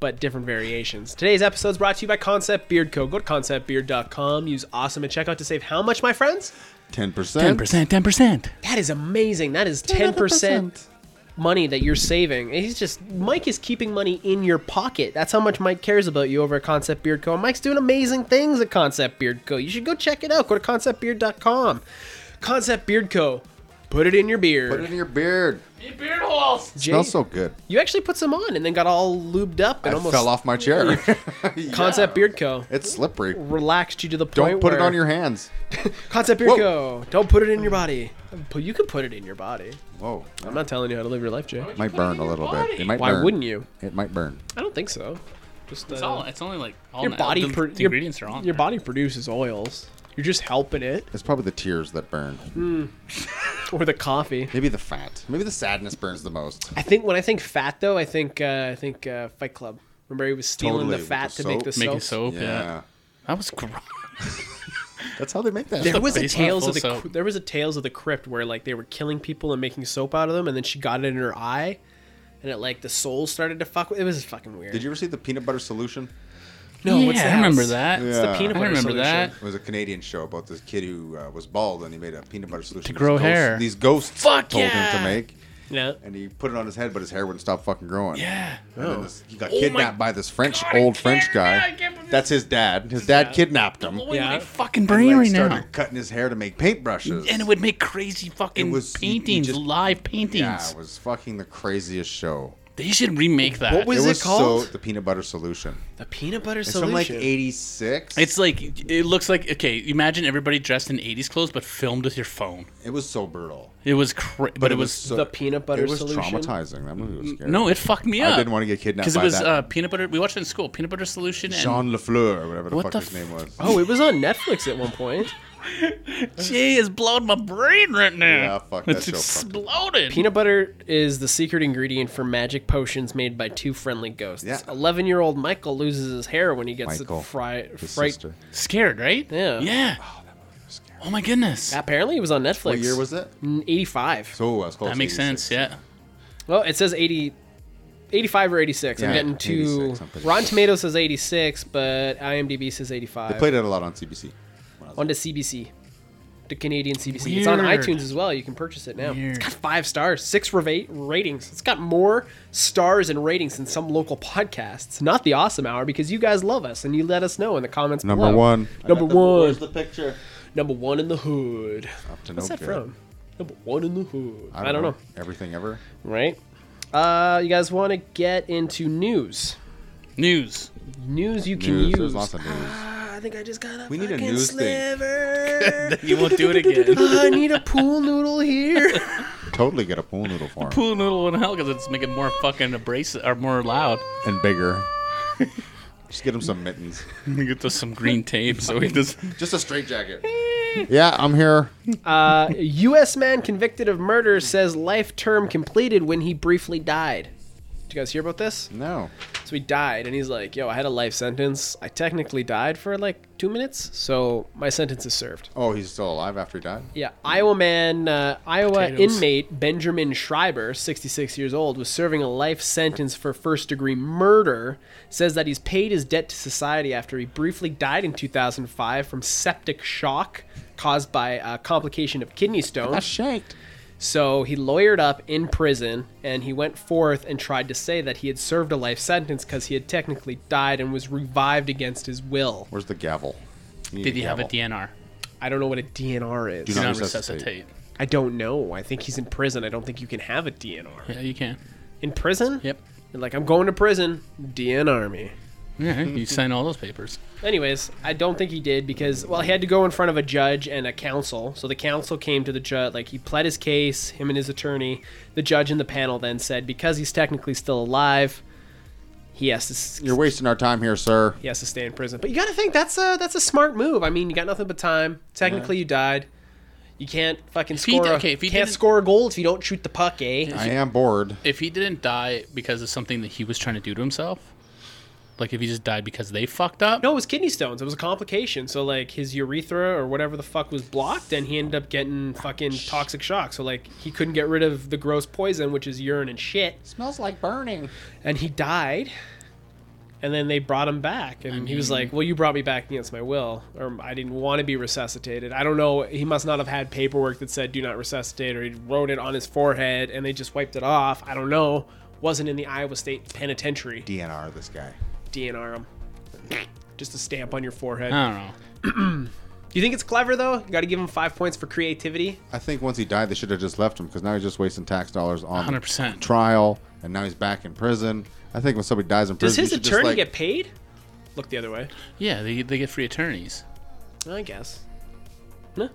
but different variations. Today's episode is brought to you by Concept Beard Co. Go to conceptbeard.com. Use awesome at checkout to save how much, my friends? 10%. 10%. 10%. That is amazing. That is ten percent money that you're saving. And He's just Mike is keeping money in your pocket. That's how much Mike cares about you over at Concept Beard Co. And Mike's doing amazing things at Concept Beard Co. You should go check it out. Go to conceptbeard.com. Concept Beard Co. Put it in your beard. Put it in your beard. Jay, smells so good. you actually put some on and then got all lubed up and I almost fell off my chair. Yeah. Concept Beard Co. It's slippery. Relaxed you to the point Don't put it where- on your hands. Concept Beard Whoa. Co. Don't put it in your body. But You can put it in your body. Whoa. I'm not telling you how to live your life, Jay. It might burn a little bit. It might Why burn. wouldn't you? It might burn. I don't think so. Just It's uh, all. It's only like all your na- body The, pro- the your- ingredients are on. Your there. body produces oils. You're just helping it, It's probably the tears that burn. or the coffee. Maybe the fat. Maybe the sadness burns the most. I think when I think fat, though, I think uh, I think uh, Fight Club. Remember, he was stealing Totally, the with fat the to make soap. the soap. making soap. Yeah. Yeah. That was gross. That's how they make that. There the was a basement tales full of the soap. Cry- there was a tales of the crypt where like they were killing people and making soap out of them, and then she got it in her eye, and it like the soul started to fuck. with It was fucking weird. Did you ever see the peanut butter solution? No, yeah, what's I that? remember that. It's the Yeah. peanut I butter remember solution. that. It was a Canadian show about this kid who uh, was bald and he made a peanut butter solution To these grow ghosts- hair. These ghosts Fuck told yeah. him to make, Yeah. and he put it on his head, but his hair wouldn't stop fucking growing. Yeah. Oh And then this, he got my kidnapped by this French God, I old can't- French I guy. can't believe- That's his dad. His dad kidnapped him. Blowing Yeah. my fucking and, brain like, right started now. cutting his hair to make paintbrushes. And it would make crazy fucking It was- you- you paintings, just- live paintings. yeah, it was fucking the craziest show. They should remake that. What was- Is it it was called? so the peanut butter solution. The peanut butter It's solution. from like '86. It's like it looks like okay. Imagine everybody dressed in '80s clothes, but filmed with your phone. It was so brutal. It was cra- but, it was, so, the peanut butter It was solution? traumatizing. That movie was scary. no, it fucked me up. I didn't want to get kidnapped because it by was that. uh, peanut butter. We watched it in school. Peanut butter solution. And, Jean Lafleur, or whatever the What fuck the his name was. Oh, it was on Netflix at one point. Jay is blowing my brain right now. Yeah, fuck that It's show, fuck. exploded. Peanut butter is the secret ingredient for magic potions made by two friendly ghosts. Yeah. 11 year old Michael loses his hair when he gets Michael, fri- His fright. sister. Scared, right? Yeah. Yeah. Oh my goodness. Apparently, it was on Netflix. What year was it? Mm, 85. So I was close. that to makes 86. sense. Yeah. Well, it says 80, 85 or 86. I'm Yeah, getting to. 86, I'm pretty Rotten sure. Tomatoes says 86, but IMDb says 85. They played it a lot on CBC. on to CBC, the Canadian CBC. It's on Weird. iTunes as well. You can purchase it now. Weird. It's got five stars, six reva- ratings. It's got more stars and ratings than some local podcasts. Not the Awesome Hour because you guys love us and you let us know in the comments. Number below. one. Number one. the picture? Number one in the hood. Up to What's no that good. from? Number one in the hood. I don't, know. Everything ever. Right. Uh, you guys want to get into news? News. News you can News. use. There's lots of news. Ah, I think I just got a We need a fucking news thing. sliver. You won't do it again. I need a pool noodle here. Totally get a pool noodle for him. Pool noodle in hell because it's making more fucking abrasive or more loud. and bigger. Just get him some mittens. Let me get this some green tape so he does. Just a straight jacket. yeah, I'm here. Uh, U.S. man convicted of murder says life term completed when he briefly died. Did you guys hear about this? No. So he died, and he's like, "Yo, I had a life sentence. I technically died for like two minutes, so my sentence is served." Oh, he's still alive after he died. Yeah, Iowa man, uh, Iowa Potatoes. inmate Benjamin Schreiber, 66 years old, was serving a life sentence for first degree murder. Says that he's paid his debt to society after he briefly died in 2005 from septic shock caused by a complication of kidney stone. shanked. So he lawyered up in prison and he went forth and tried to say that he had served a life sentence because he had technically died and was revived against his will. Where's the gavel? You need Did he have a gavel. DNR? I don't know what a DNR Do is. Do Not not resuscitate. resuscitate. I don't know. I think he's in prison. I don't think you can have a DNR. Yeah, you can. In prison? Yep. You're like, I'm going to prison. DNR me. Yeah, you sign all those papers. Anyways, I don't think he did because well, he had to go in front of a judge and a counsel. So the counsel came to the judge, like he pled his case, him and his attorney. The judge and the panel then said because he's technically still alive, he has to s- You're wasting our time here, sir. he has to stay in prison. But you got to think that's a that's a smart move. I mean, you got nothing but time. Technically, you died. You can't fucking he score. d- a- okay, if he can't didn't- score a goal if you don't shoot the puck, eh? I am bored. If he didn't die because of something that he was trying to do to himself, like if he just died because they fucked up, No, it was kidney stones. It was a complication. So like his urethra or whatever the fuck was blocked, and he ended up getting fucking toxic shock. So like he couldn't get rid of the gross poison, which is urine and shit, Smells like burning. and he died. And then they brought him back, and he was like, "Well, you brought me back against my will, or I didn't want to be resuscitated. I don't know. He must not have had paperwork that said do not resuscitate, or he wrote it on his forehead, and they just wiped it off. I don't know. Wasn't in the Iowa State Penitentiary. DNR this guy. DNR him. Just a stamp on your forehead. I don't know. You think it's clever though? You got to give him five points for creativity. I think once he died, they should have just left him because now he's just wasting tax dollars on 100%. trial, and now he's back in prison. I think when somebody dies in Does prison, his you should attorney just, like, get paid? Look the other way. Yeah, they, they get free attorneys. I guess. No.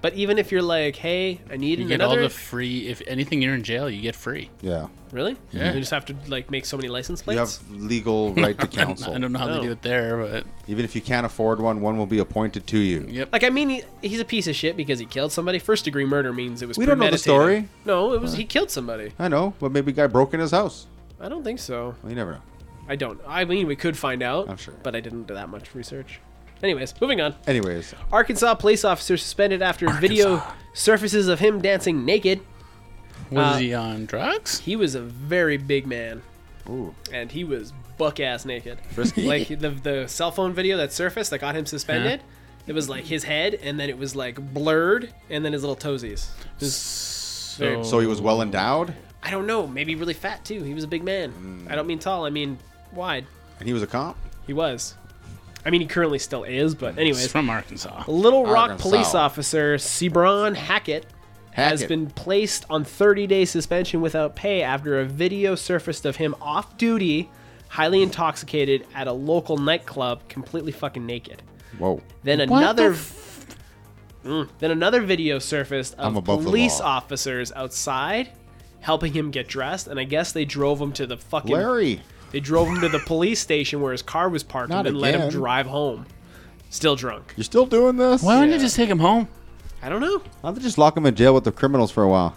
But even if you're like, hey, I need You get another. all the free. If anything, you're in jail. You get free. Yeah, really? Yeah. You just have to like make so many license you plates. have legal right to I counsel. don't know how No. they do it there, but Even if you can't afford one, one will be appointed to you. Yep. Like I mean, he, he's a piece of shit because he killed somebody. First degree murder means it was. We don't know the premeditated. story. Uh. No, it was he killed somebody. I know, but maybe a guy broke in his house. I don't think so. Well, you never know. I don't. I mean, we could find out. I'm sure. But I didn't do that much research. Anyways, moving on. Anyways, Arkansas police officer suspended after video surfaces of him dancing naked. Uh, was he on drugs? He was a very big man, ooh, and he was buck ass naked. Frisky. Like the the cell phone video that surfaced that got him suspended. It was like his head, and then it was like blurred, and then his little toesies. It was So, So he was well endowed, I don't know. Maybe really fat too. He was a big man. I don't mean tall. I mean wide. and he was a comp. He was. I mean, he currently still is. But He's anyways, from Arkansas. Little Rock Arkansas. police officer Sebron Hackett has Hackett. been placed on 30 day suspension without pay after a video surfaced of him off duty, highly intoxicated at a local nightclub, completely fucking naked. Whoa. Then another. Mm. then another video surfaced of I'm above the police law. officers outside helping him get dressed, and I guess they drove him to the fucking. Larry. They drove him to the police station where his car was parked Not and then let him again. drive home. Still drunk. You're still doing this? Why don't Yeah. you just take him home? I don't know. Why don't they just lock him in jail with the criminals for a while?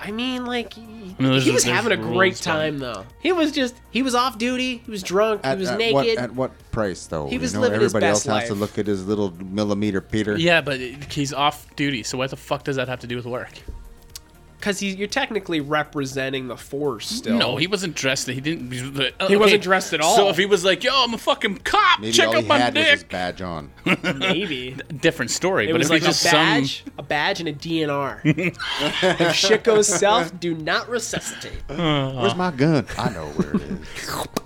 I mean, like, he, mean, there's- he was there's having a great rules, but- time though. He was just he was off duty. He was drunk. he was naked. What, at what price, though? He was you know, living his everybody best else has to life. look at his little millimeter Peter. Yeah, but it- he's off duty, so what the fuck does that have to do with work? Because you're technically representing the force still. No, he wasn't dressed. He didn't. He, was- uh, He wasn't dressed at all. So if he was like, "Yo, I'm a fucking cop. Maybe Check all out he my had was his dick," badge on. maybe different story. it but was if he like a just badge, some a badge, and a DNR. if shit goes south, do not resuscitate. Where's my gun? I know where it is.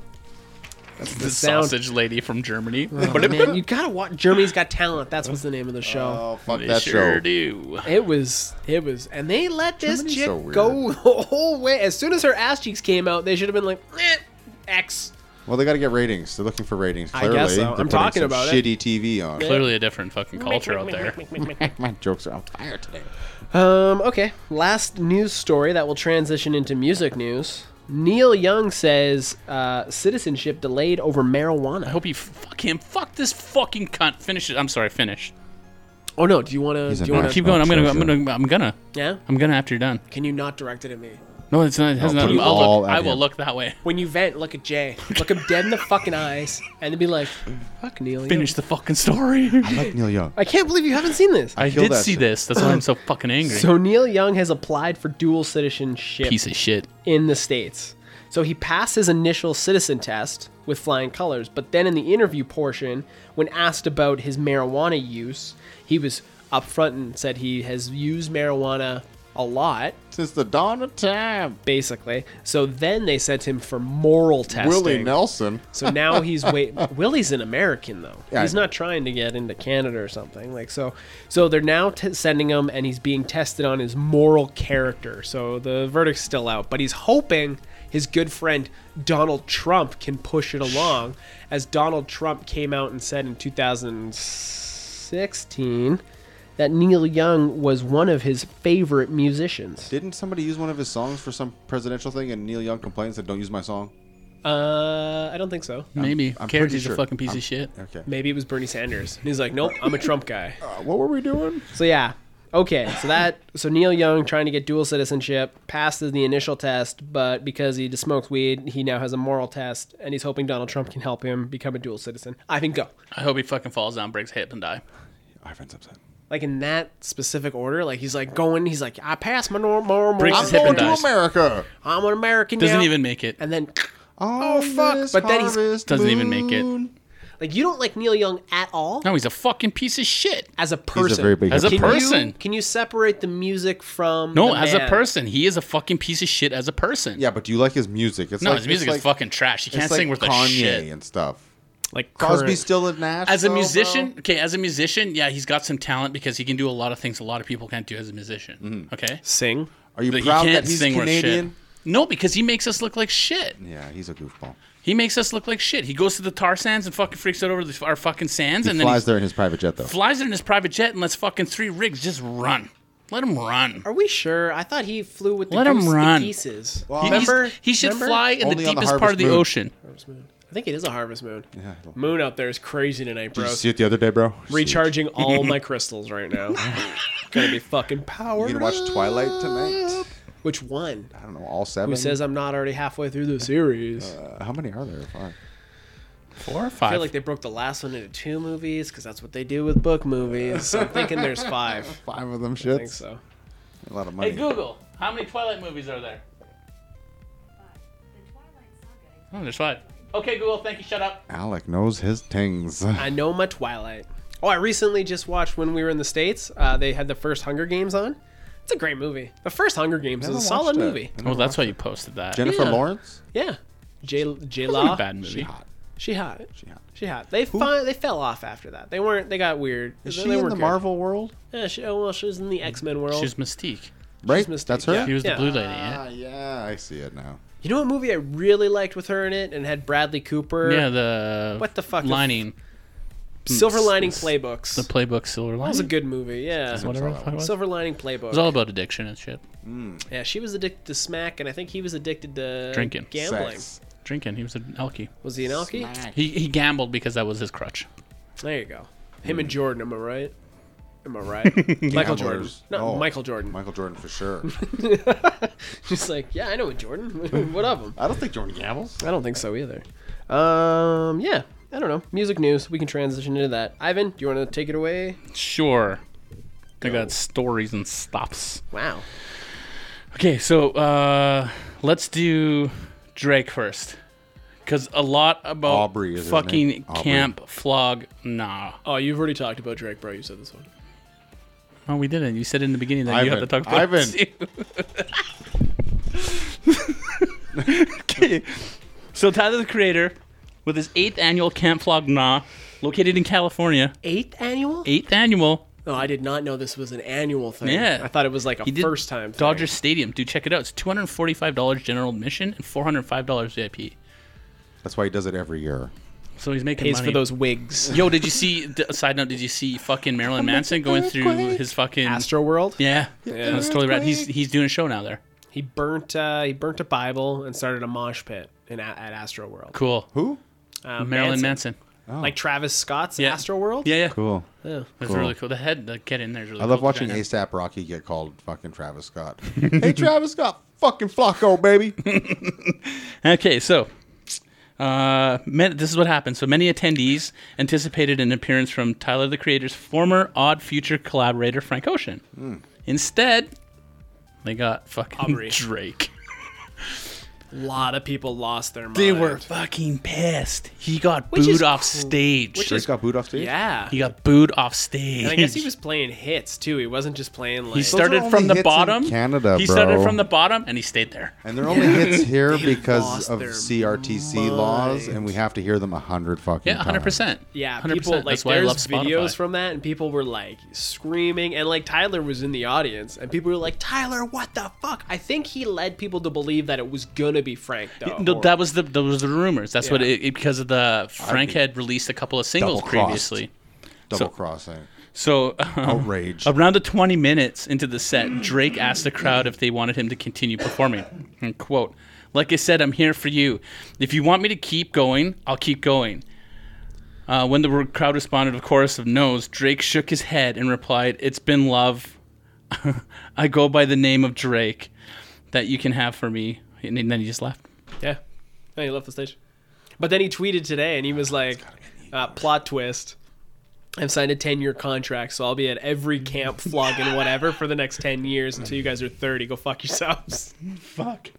That's the sausage lady from Germany, But man, you gotta watch Germany's Got Talent. That's what's the name of the show. Oh, fuck they that sure show. do. It was, it was, and they let this Germany's chick so weird. go the whole way. As soon as her ass cheeks came out, they should have been like, eh, X. Well, they got to get ratings. They're looking for ratings. I guess Clearly, so. They're I'm putting talking some about it. shitty TV on. Clearly, a different fucking culture out there. My jokes are on fire today. Um, okay. Last news story that will transition into music news. Neil Young says uh, citizenship delayed over I marijuana. hope you fuck him. Fuck this fucking cunt. Finish it. I'm sorry. Finish. Oh no, do you want to? He's Do a you want nut. to? Keep going. I'm gonna. I'm Oh, Treasure. gonna. I'm gonna. Yeah. I'm gonna after you're done. Can you not direct it at me? No, it's not. It has I'll nothing. put it I'll all look, at I will him. look that way. When you vent, look at Jay. Look him dead in the fucking eyes, and then be like, "Fuck Neil." Young." Finish the fucking story. I like Neil Young. I can't believe you haven't seen this. I Kill did that see shit. this. That's why I'm so fucking angry. So Neil Young has applied for dual citizenship Piece of shit. in the states. So he passed his initial citizen test with flying colors, but then in the interview portion, when asked about his marijuana use, he was upfront and said he has used marijuana a lot, Since the dawn of time, basically. So then they sent him for moral testing. Willie Nelson. So now he's wait. Willie's an American though. Yeah, I he's know. not trying to get into Canada or something like so. So they're now t- sending him, and he's being tested on his moral character. So the verdict's still out, but he's hoping his good friend Donald Trump can push it along, as Donald Trump came out and said in 2016 that Neil Young was one of his favorite musicians. Didn't somebody use one of his songs for some presidential thing, and Neil Young complains that don't use my song? Uh, I don't think so. Maybe. I'm Carrot pretty is a sure. fucking piece I'm- of shit. Okay. Maybe it was Bernie Sanders. And he's like, nope, I'm a Trump guy. Uh, what were we doing? So yeah. Okay, so that so Neil Young trying to get dual citizenship passes the initial test, but because he just smokes weed, he now has a moral test, and he's hoping Donald Trump can help him become a dual citizen. I think go I hope he fucking falls down, breaks hip, and die. Ivan's upset. like in that specific order. Like he's like going, he's like, I passed my normal moral. moral Breaks I'm, his hip going and to- dies. America. I'm an American. Doesn't now. even make it. And then, Oh fuck. But then he's- Doesn't even make it. like, you don't like Neil Young at all No, he's a fucking piece of shit. as a person. very big As a Can person. you, can you separate the music from No, the as a man? person, he is a fucking piece of shit. As a person. Yeah, but do you like his music? It's No, like, his music it's is like- fucking trash. He it's can't like sing worth Kanye a shit. and stuff. like Cosby's current. still in Nash. As a though, bro? musician, okay, as a musician, yeah, he's got some talent because he can do a lot of things a lot of people can't do as a musician. Okay, sing. are you But proud Mm-hmm. that he's Canadian? No, because he makes us look like shit. Yeah, he's a goofball. He makes us look like shit. He goes to the tar sands and fucking freaks out over the, our fucking sands, He and flies then there in his private jet though. he flies there in his private jet and lets fucking three rigs just run. Let him run. Are we sure? I thought he flew with the Let him goose, the run. pieces. He, needs- remember? he should Remember? fly in the Only on the deepest part of Harvest the Moon. ocean. Harvest Moon. I think it is a harvest moon. Yeah, I don't- Moon out there is crazy tonight, Did bro. you see it the other day, bro? Recharging all my crystals right now. Gonna be fucking powered. You gonna watch Twilight tonight? Which one? I don't know. All seven. Who says I'm not already halfway through the series? Uh, how many are there? Five. Four or I five. feel like they broke the last one into two movies because that's what they do with book movies. So I'm thinking there's five. Five of them I think shits. so. A lot of money. hey Google, how many Twilight movies are there? Oh, there's five. Okay, Google, thank you. Shut up. Oh, Alec knows his things. I know my Twilight. Oh, I recently just watched when we were in the states. Uh, they had the first Hunger Games on. It's a great movie. The first Hunger Games Never is a watched solid that. movie. I never Oh, that's watched why you posted that. it. Jennifer Yeah. Lawrence. Yeah. J J Pretty Law. bad movie. Hot. She hot. She hot. She hot. They fi- they fell off after that. They weren't. They got weird. Is They- she they in the weren't good. Marvel world? Yeah, she, oh, well, she was in the X Men world. She's Mystique. Right. Mystique, That's her. She was Yeah. the blue lady. eh? Yeah. Ah, yeah, I see it now. You know what movie I really liked with her in it and had Bradley Cooper? Yeah, the What the fuck? lining Silver Mm, Lining s- Playbooks. the playbook silver lining. that was a good movie. Yeah. whatever Saw the that fuck it was. It Silver Lining Playbook. was all about addiction and shit. yeah, she was addicted to smack, and I think he was addicted to Drinking. gambling. Sex. Drinking. He was an alkie. Was he an alky? He he gambled because that was his crutch. There you go. Him and Jordan. Am I right? Am I right? Michael Jordan. Gamblers. No, Oh, Michael Jordan. Michael Jordan for sure. Just like, yeah, I know Jordan. what of him? I don't think Jordan gambles. I don't think so either. Um, yeah, I don't know. Music news. We can transition into that. Ivan, do you want to take it away? Sure. I got stories and stops. Wow. Okay, so uh, let's do Drake first. Because a lot about Aubrey is his name. fucking Aubrey. Camp Flog. Nah. Oh, you've already talked about Drake, bro. You said this one. Oh, we didn't. You said in the beginning that you have to Ivan, talk about Ivan. okay. So Tyler the Creator, with his eighth annual Camp Flog Nah, located in California. Eighth annual? Eighth annual. Oh, I did not know this was an annual thing. Yeah. I thought it was like a He did first time. Thing. Dodger Stadium. Dude, check it out. It's two hundred forty-five dollars general admission and four hundred five dollars VIP. That's why he does it every year. So he's making pays money. for those wigs. Yo, did you see? d- Side note, did you see fucking Marilyn Manson going through his fucking? Astro World. yeah, that's totally right. He's he's doing a show now there. He burnt. Uh, he burnt a Bible and started a mosh pit in a- at Astro World. Cool. Who? Uh, Marilyn Manson. Oh, Like Travis Scott's Yeah. Astro World. Yeah, yeah. cool. Oh. That's Cool. really cool. The head, the get in there is really I love cool. watching Yeah. ASAP Rocky get called fucking Travis Scott. hey, Travis Scott, fucking Flocko, baby. Okay, so uh, man, this is what happened. So many attendees anticipated an appearance from Tyler the Creator's former Odd Future collaborator Frank Ocean. Hmm. Instead, they got fucking Aubrey. Drake. A lot of people lost their mind. They were fucking pissed. He got Which is booed off cr- stage. which Drake got booed off stage. Yeah. he got booed off stage. And I guess he was playing hits too. He wasn't just playing like. He started only from hits the in bottom. Canada, he started bro. from the bottom and he stayed there. And they're only hits here They because lost of their CRTC laws, and we have to hear them a hundred fucking. Yeah, hundred percent. yeah, people like That's why I there's love videos Spotify. from that, and people were like screaming, and like Tyler was in the audience, and people were like, "Tyler, what the fuck?" I think he led people to believe that it was gonna be Frank, though. No, that was the those were the rumors. That's what Yeah. it, it because of the Frank had released a couple of singles double-crossed. previously. Double crossing, So um, outrage. around the 20 minutes into the set, Drake asked the crowd if they wanted him to continue performing. And quote, "Like I said, I'm here for you. If you want me to keep going, I'll keep going." Uh, when the re- crowd responded with a chorus of no's, Drake shook his head and replied, "It's been love. I go by the name of Drake that you can have for me." And then he just left. yeah, and he left the stage. But then he tweeted today, and he was Oh, like, uh, "Plot twist." I've signed a 10 year contract, so I'll be at every camp, flog, and whatever for the next 10 years until you guys are 30. Go fuck yourselves. Fuck.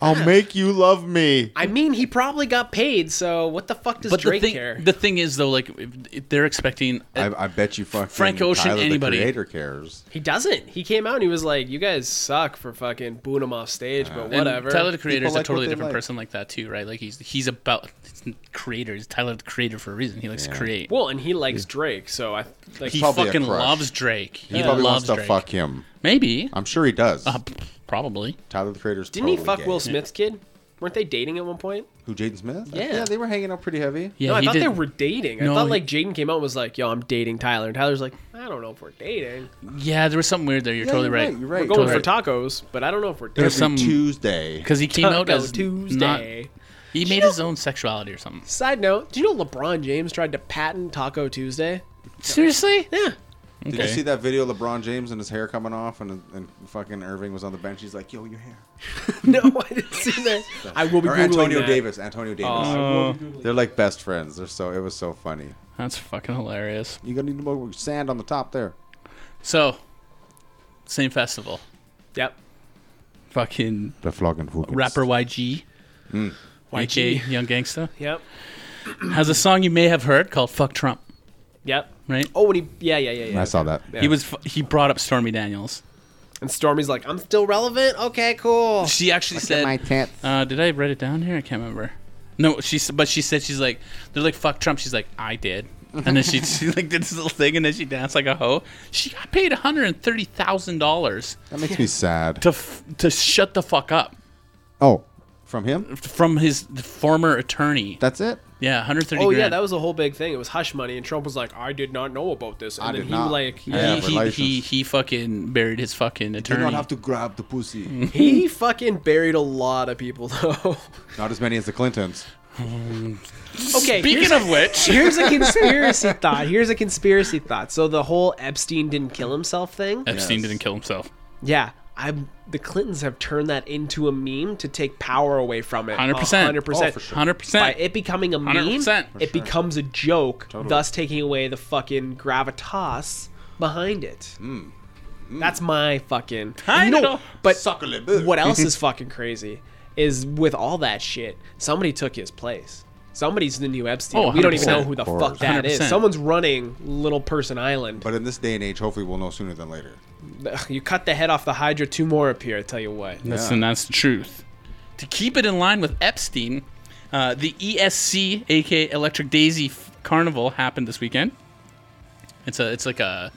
I'll make you love me. I mean, he probably got paid, so what the fuck does But Drake the thing, care? the thing is though, like if- if they're expecting. I, I bet you fucking Frank Ocean, Tyler, anybody. The creator cares. He doesn't. He came out and he was like, "You guys suck for fucking booing him off stage, Uh, but And whatever." Tyler the Creator is People a like what totally they different like. person like that too, right? Like he's he's about it's creator. He's Tyler the Creator for a reason. He likes to create. well, and he likes Drake, so I like. he probably a fucking crush. loves Drake. He He probably loves wants to Drake. fuck him. Maybe. I'm sure he does. Uh, p- probably. Tyler the creator's didn't he totally fuck gay. Will Smith's kid? Weren't they dating at one point? Who Jaden Smith? Yeah. yeah, they were hanging out pretty heavy. Yeah, no, I he thought did. they were dating. I No, thought he- like Jaden came out and was like, "Yo, I'm dating Tyler," and Tyler's like, "I don't know if we're dating. Yeah, there was something weird there. You're Yeah, totally you're right. right, you're We're right. going Totally for tacos, but I don't know if we're dating." Every There's some- Tuesday. Because he came out Taco as not. Tuesday. He made know- his own sexuality or something. Side note: Do you know LeBron James tried to patent Taco Tuesday? Seriously? Yeah. Did you Okay. see that video of LeBron James and his hair coming off and, and fucking Irving was on the bench? He's like, yo, your hair. No, I didn't see that. I will be Or googling Antonio that. Davis. Antonio Davis. They're like best friends. They're so it was so funny. That's fucking hilarious. You're gonna need more sand on the top there. So, same festival. Yep. Fucking The flogging Fuggins. rapper YG. YG. YG. Young Gangsta. Yep. Has a song you may have heard called Fuck Trump, Yep. right? Oh, and he Oh, yeah yeah yeah yeah. I saw that. He was he brought up Stormy Daniels. And Stormy's like, I'm still relevant. Oh, Okay, cool. She actually Get said, my tits. uh, "Did I write it down here? I can't remember." No, she s- but she said she's like, "They're like fuck Trump." She's like, "I did," and then she, she like did this little thing, and then she danced like a hoe. She got paid one hundred and thirty thousand dollars That makes me sad. to f- to shut the fuck up Oh, from him? from his former attorney. That's it? yeah, one hundred thirty. Oh yeah, that was the whole big thing. It was hush money, and Trump was like, "I did not know about this," and I then did he not. like Yeah. he, he, relations. he, he fucking buried his fucking Do attorney. not have to grab the pussy. Mm. he fucking buried a lot of people though. not as many as the Clintons. okay, Speaking here's, of which, here's a conspiracy thought. Here's a conspiracy thought. So the whole Epstein didn't kill himself thing. Epstein Yes. didn't kill himself. Yeah, I'm. The Clintons have turned that into a meme to take power away from it. 100%. hundred percent. Oh, for sure. Hundred By percent. it becoming a meme, 100%. it becomes a joke, thus taking away the fucking gravitas behind it. Mm. That's my fucking. I no, know. but Suck a little. what else is fucking crazy is with all that shit, somebody took his place. Somebody's the new Epstein. Oh, we don't even 100%. know who the Of course. fuck that is. 100%. Someone's running Little Person Island. But in this day and age, hopefully we'll know sooner than later. Ugh, You cut the head off the Hydra, two more appear. I tell you what. That's, Yeah. And that's the truth. To keep it in line with Epstein, uh, the ESC, aka Electric Daisy F- Carnival, happened this weekend. It's a, it's like a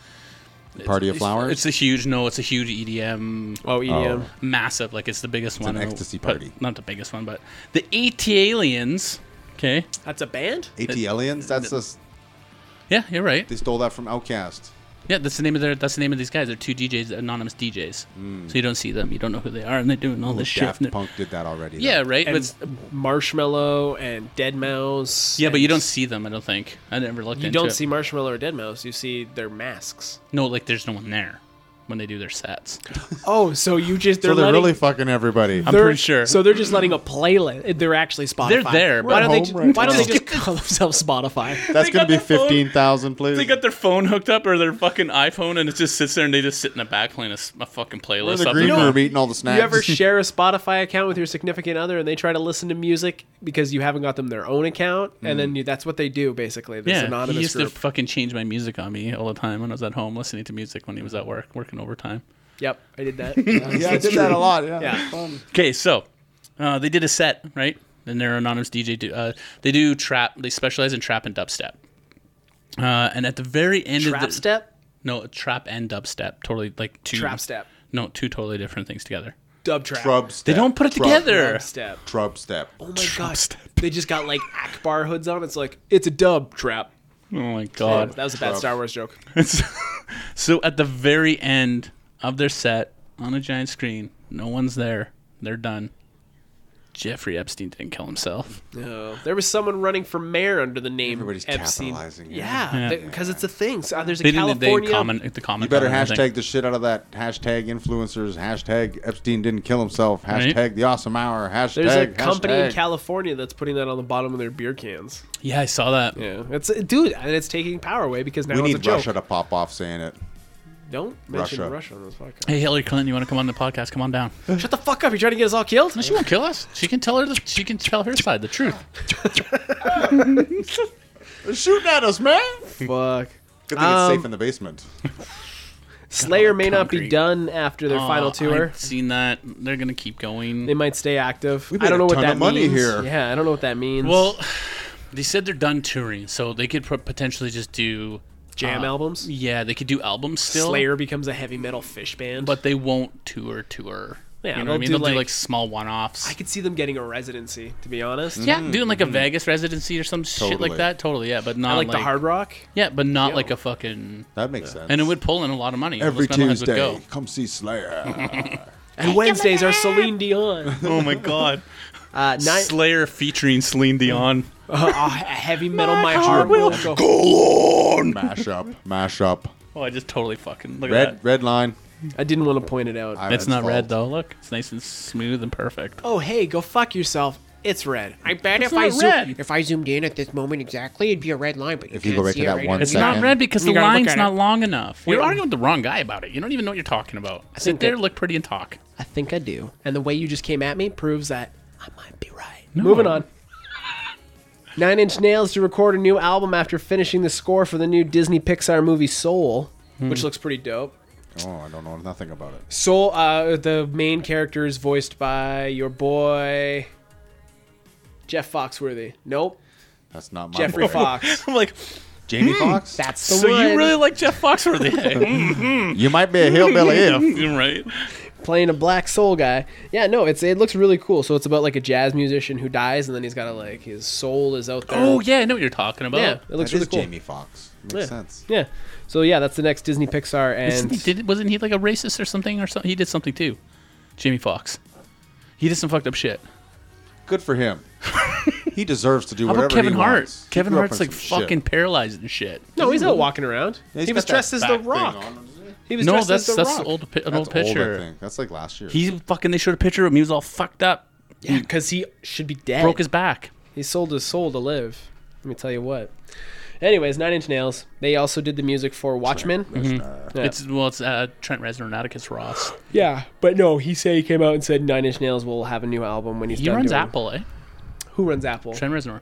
Party of it's- Flowers? It's a huge no, it's a huge EDM, Oh, EDM. massive. Like it's the biggest one. an in the- ecstasy but- party. Not the biggest one, but the AT aliens. Okay. That's a band? AT aliens? That's just, Yeah, you're right. they stole that from Outcast. Yeah, that's the name of their. That's the name of these guys. They're two DJs, anonymous DJs. So you don't see them. You don't know who they are, and they're doing all this shit. Hmm. Daft and they're- Punk did that already. Yeah, though. right. And But it's- Marshmallow and Dead Mouse. yeah, but you and- don't see them. I don't think. I never looked. You into don't it. see Marshmallow or Dead Mouse. You see their masks. No, like there's no one there when they do their sets. Oh, so you just they're, So they're letting- really fucking everybody. I'm pretty sure. So they're just letting a playlist. They're actually Spotify. They're there, Why but- don't We're they? at Just, home right why don't now. they just call themselves Spotify? That's They going got to be their phone. 15,000, please. They got their phone hooked up or their fucking iPhone, and it just sits there, and they just sit in the back playing a, s- a fucking We're in playlist. the up and green down. room eating all the Do snacks. you ever share a Spotify account with your significant other and they try to listen to music because you haven't got them their own account? And then you, that's what they do basically. This Mm. yeah, he anonymous used group. to fucking change my music on me all the time when I was at home listening to music when he was at work working overtime. Yep, I did that. yeah, I did that a lot. Yeah, Yeah. It's fun. Okay, so uh, they did a set, right? And they're anonymous DJ. Do, uh, they do trap. They specialize in trap and dubstep. Uh, and at the very end of Trap the step, no trap and dubstep, totally like two trap step, No, two totally different things together. dub trap, Trub They step. don't put it Trub- together. dub step. Trub step. Oh my gosh. They just got like Akbar hoods on. It's like, it's a dub trap. Oh my Oh, god. that was a bad Trap. Star Wars joke. so at the very end of their set on a giant screen, no one's there. They're done. Jeffrey Epstein didn't kill himself. No. There was someone running for mayor under the name Everybody's Epstein. capitalizing it. Yeah, because it's a thing. So, uh, there's a They didn't. They California. comment. The comment. You better comment, I hashtag think. the shit out of that. Hashtag influencers. Hashtag Epstein didn't kill himself. Hashtag Right. the awesome hour. Hashtag. There's a company in hashtag. California that's putting that on the bottom of their beer cans. Yeah, I saw that. Yeah, it's uh, dude, and it's taking power away because now We it's a need joke. Russia to pop off saying it. Don't mention Russia. Russia, on this podcast. Hey, Hillary Clinton, you want to come on the podcast? Come on down. Shut the fuck up! You're trying to get us all killed. No, she won't kill us. She can tell her. The, she can tell her side, the truth. They're shooting at us, man. fuck. Good thing it's safe in the basement. Slayer may not be Concrete. done after their final Uh, tour. I've seen that. They're gonna keep going. They might stay active. We I don't made a know what ton that of money means. here. Yeah, I don't know what that means. Well, they said they're done touring, so they could pro- potentially just do jam uh, albums. Yeah, they could do albums still. Slayer becomes a heavy metal fish band. but they won't tour tour. Yeah, you know what I mean. they'll do They'll do like- like small one-offs. I could see them getting a residency. To be honest, Mm-hmm. yeah, doing like a Vegas residency or some shit like Totally. that. Totally, yeah, but not I like, the hard rock. Yeah, but not Yo. like a fucking. That makes sense. And it would pull in a lot of money. every Those metalheads Tuesday. Would Come see Slayer. And Wednesdays are Celine Dion. go. Oh my god! Uh, night, Slayer featuring Celine Dion. uh, uh, heavy metal, my, heart will. go. Go on. Mash up. Mash up. Oh, I just totally fucking look at Red. that. Red line. I didn't want to point it out. It's not red though. Look, it's nice and smooth and perfect. oh, hey, go fuck yourself. It's red. I bet It's if I not zoom, red. if I zoomed in at this moment exactly, it'd be a red line. But you If you go can't right see to it that right one now. It's not Second. red because the You gotta look line's at not it. long enough. You're arguing with the wrong guy about it. You don't even know what you're talking about. Sit think there, that- look pretty, and talk. I think I do. And the way you just came at me proves that I might be right. No. Moving on. Nine Inch Nails to record a new Hmm. album after finishing the score for the new Disney Pixar movie Soul, which looks pretty dope. Oh, I don't know nothing about it. So uh, the main character is voiced by your boy Jeff Foxworthy. Nope, That's not my Jeffrey boy. Fox. I'm like, Jamie Fox. That's the so one. you really like Jeff Foxworthy? eh? You might be a hillbilly if. You're right. playing a black soul guy. Yeah, no, it's it looks really cool. So it's about like a jazz musician who dies, and then he's got to like his soul is out there. Oh yeah, I know what you're talking about. yeah, it looks That really is cool. Jamie Fox. Makes Yeah. sense. Yeah, so yeah, that's the next Disney Pixar, Isn't and he, did, wasn't he like a racist or something or something? He did something too. Jamie Foxx. He did some fucked up shit. Good for him. he deserves to do How whatever about Kevin he Hart? wants. He Kevin grew up Hart's on like some fucking paralyzed and shit. no, he's not walking around. Yeah, he's he was got that dressed as back the thing Rock. on, isn't he? He was No, dressed that's as the that's Rock. old pi- an That's old old, picture. I think. That's like last year. He fucking they showed a picture of him. He was all fucked up. Yeah, because he should be dead. Broke his back. He sold his soul to live. Let me tell you what. Anyways, Nine Inch Nails. They also did the music for Watchmen. Mm-hmm. Yeah. It's well, it's uh, Trent Reznor and Atticus Ross. Yeah, but no, he said he came out and said Nine Inch Nails will have a new album when he's He done runs doing- Apple, eh? Who runs Apple? Chet, Trent Reznor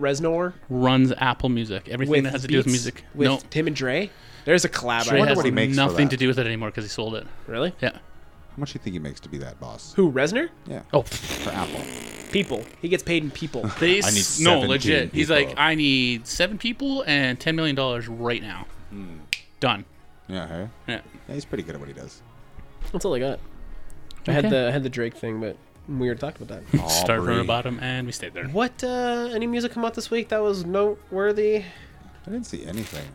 Reznor runs Apple Music. Everything with that has to do with Beats- music. With no, Tim and Dre. There's a collab. Trey right? has what he makes for nothing that. to do with it anymore because he sold it. Really? Yeah. How much do you think he makes to be that boss? Who Reznor? Yeah. Oh, For Apple. People. He gets paid in people. they I need s- no 17 legit. He's people. like, I need seven people and ten million dollars right now. Hmm. Done. Yeah. Hey. Yeah. Yeah, he's pretty good at what he does. That's all I got. I had Okay. the I had the Drake thing, but we already talked about that. Start from the Aubrey. bottom and we stayed there. what? uh Any music come out this week that was noteworthy? I didn't see anything.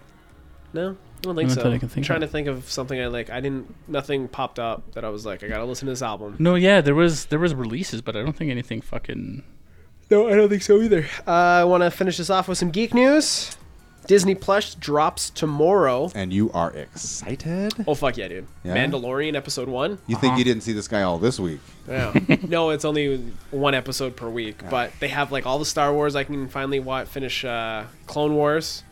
No, I don't think Not so. that I can think am trying of. to think of something I like. I didn't. Nothing popped up that I was like, I gotta listen to this album. No, yeah, there was there was releases, but I don't think anything fucking. No, I don't think so either. Uh, I want to finish this off with some geek news. Disney Plus drops tomorrow. And you are excited? Oh fuck yeah, dude! Yeah? Mandalorian episode one. You think you didn't see this guy all this week? Yeah. no, it's only one episode per week, but they have like all the Star Wars. I can finally watch, finish uh, Clone Wars.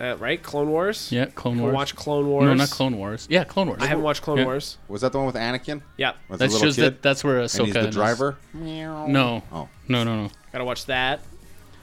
Uh, right, Clone Wars. Yeah, Clone Can Wars. Watch Clone Wars. No, not Clone Wars. Yeah, Clone Wars. I haven't watched Clone Yeah. Wars. Was that the one with Anakin? Yeah, Was That's just that. That's where Ahsoka and he's the is. driver. No. Oh. No, no, no. gotta watch that.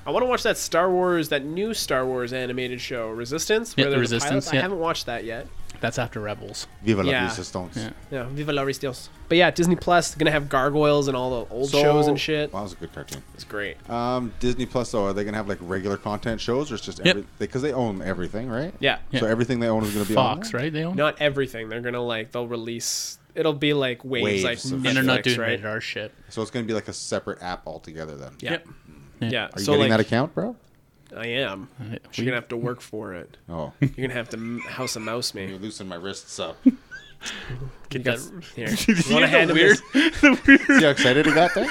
I want to watch that Star Wars, that new Star Wars animated show, Resistance. Yeah, where the they're pilots. Resistance, I yeah. haven't watched that yet. That's after Rebels. Viva la Yeah. resistance. Yeah. Yeah, Viva la Restios. But yeah, Disney Plus gonna have gargoyles and all the old shows and shit. Wow, that was a good cartoon. It's great. Um, Disney Plus, though, are they gonna have like regular content shows, or it's just Yep. every because they own everything, right? Yeah. So everything they own is gonna be on Fox, there? right? They own. Not everything. They're gonna like they'll release. It'll be like waves, Waves like of and they're not Netflix, doing right. rated R shit. So it's gonna be like a separate app altogether then. Yeah. Yep. Yeah. Are you so getting like that account, bro? I am. You're gonna have to work for it. Oh, You're gonna have to m- house a mouse you me. loosen my wrists up. Get got- that- Here. You You wanna hear the hand him weird- this? See how excited he got there?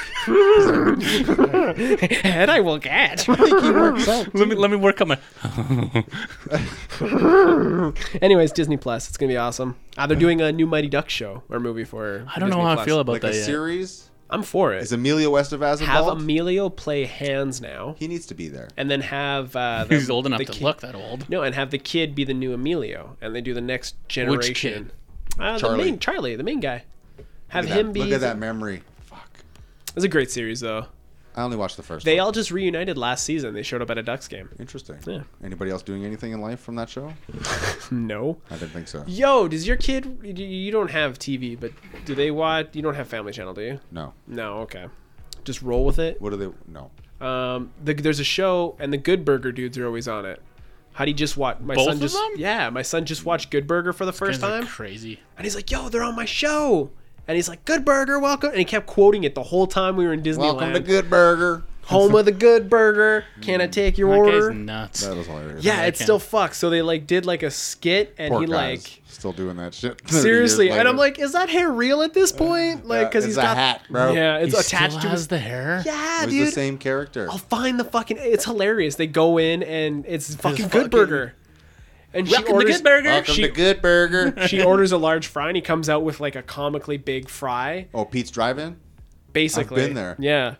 Head I will get. Let me let me work on my. Anyways, Disney Plus. It's gonna be awesome. Uh, they're doing a new Mighty Duck show or movie for. I don't Disney know how I Plus. feel about like that a yet. series. I'm for it. Is Emilio Estevez have involved? Emilio play hands now, he needs to be there. and then have uh, the, He's old enough the to kid- look that old. No, and have the kid be the new Emilio, and they do the next generation. kid? Uh, The Charlie. main, Charlie, the main guy. Have Look at, him that. be. Look at that memory. Fuck. It was a great series, though. I only watched the first. They one. all just reunited last season. They showed up at a Ducks game. Interesting. Yeah. Anybody else doing anything in life from that show? No. I didn't think so. Yo, does your kid? you- You don't have TV, but do they watch? You don't have Family Channel, do you? No. No. Okay. Just roll with it. What are they? No. Um, the, there's a show, and the Good Burger dudes are always on it. How do you just watch? My Both son of just them? yeah, my son just watched Good Burger for the first Guys are time, crazy. and he's like, "Yo, they're on my show," and he's like, "Good Burger, welcome," and he kept quoting it the whole time we were in Disneyland. Welcome to Good Mm, Burger. Home of the Good Burger. Can I take your That order? guy's nuts. That was hilarious. yeah, I it's can. still fucked. So they like did like a skit, and Poor he guys. like. still doing that shit. 30 years Seriously, and later. I'm like, is that hair real at this point? Like, Yeah, because it's he's a got hat, bro. Yeah, He it's attached still to has his. the hair. Yeah, it was dude. Oh, the same character. I'll find the fucking. It's hilarious. They go in and it's fucking Good fucking- Burger. And she Welcome to orders Good Burger. Welcome She, to Good Burger. she orders a large fry and he comes out with like a comically big fry, oh, Pete's driving. basically. been there. Yeah.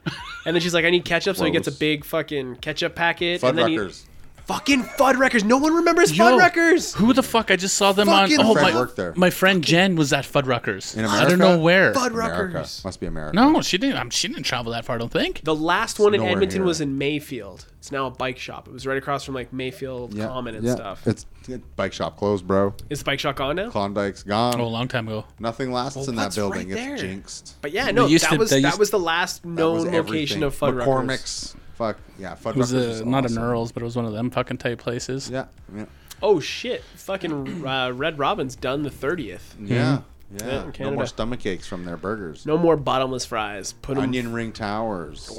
And then she's like, "I need ketchup," so he gets a Gross. big fucking ketchup packet. and then he- Fuddruckers. Fucking Fuddruckers. No one remembers Yo, Fuddruckers. Who the fuck? I just saw them Fucking on. Oh, Fred my, worked there. my friend Jen was at Fuddruckers. In I don't know America? where. America. Fuddruckers. Must be America. No, she didn't. um, She didn't travel that far. I don't think. The last one in nowhere Edmonton near. was in Mayfield. It's now a bike shop. It was right across from like Mayfield Yeah, Common and yeah. stuff. It's it- bike shop closed, bro. Is the bike shop gone now? Klondike's gone. Oh, a long time ago. Nothing lasts in that what's building. right it's there? jinxed. But yeah, no, used that to- was they that used- was the last That was known location everything. of Fuddruckers. McCormick's. Fuck yeah, Fuddruckers. It was is a, not awesome. an Earl's, but it was one of them fucking type places. Yeah, yeah, Oh shit! Fucking uh, Red Robin's done the thirtieth. yeah. in yeah. No Canada. more stomach aches from their burgers. No more bottomless fries. Put 'em- Onion ring towers.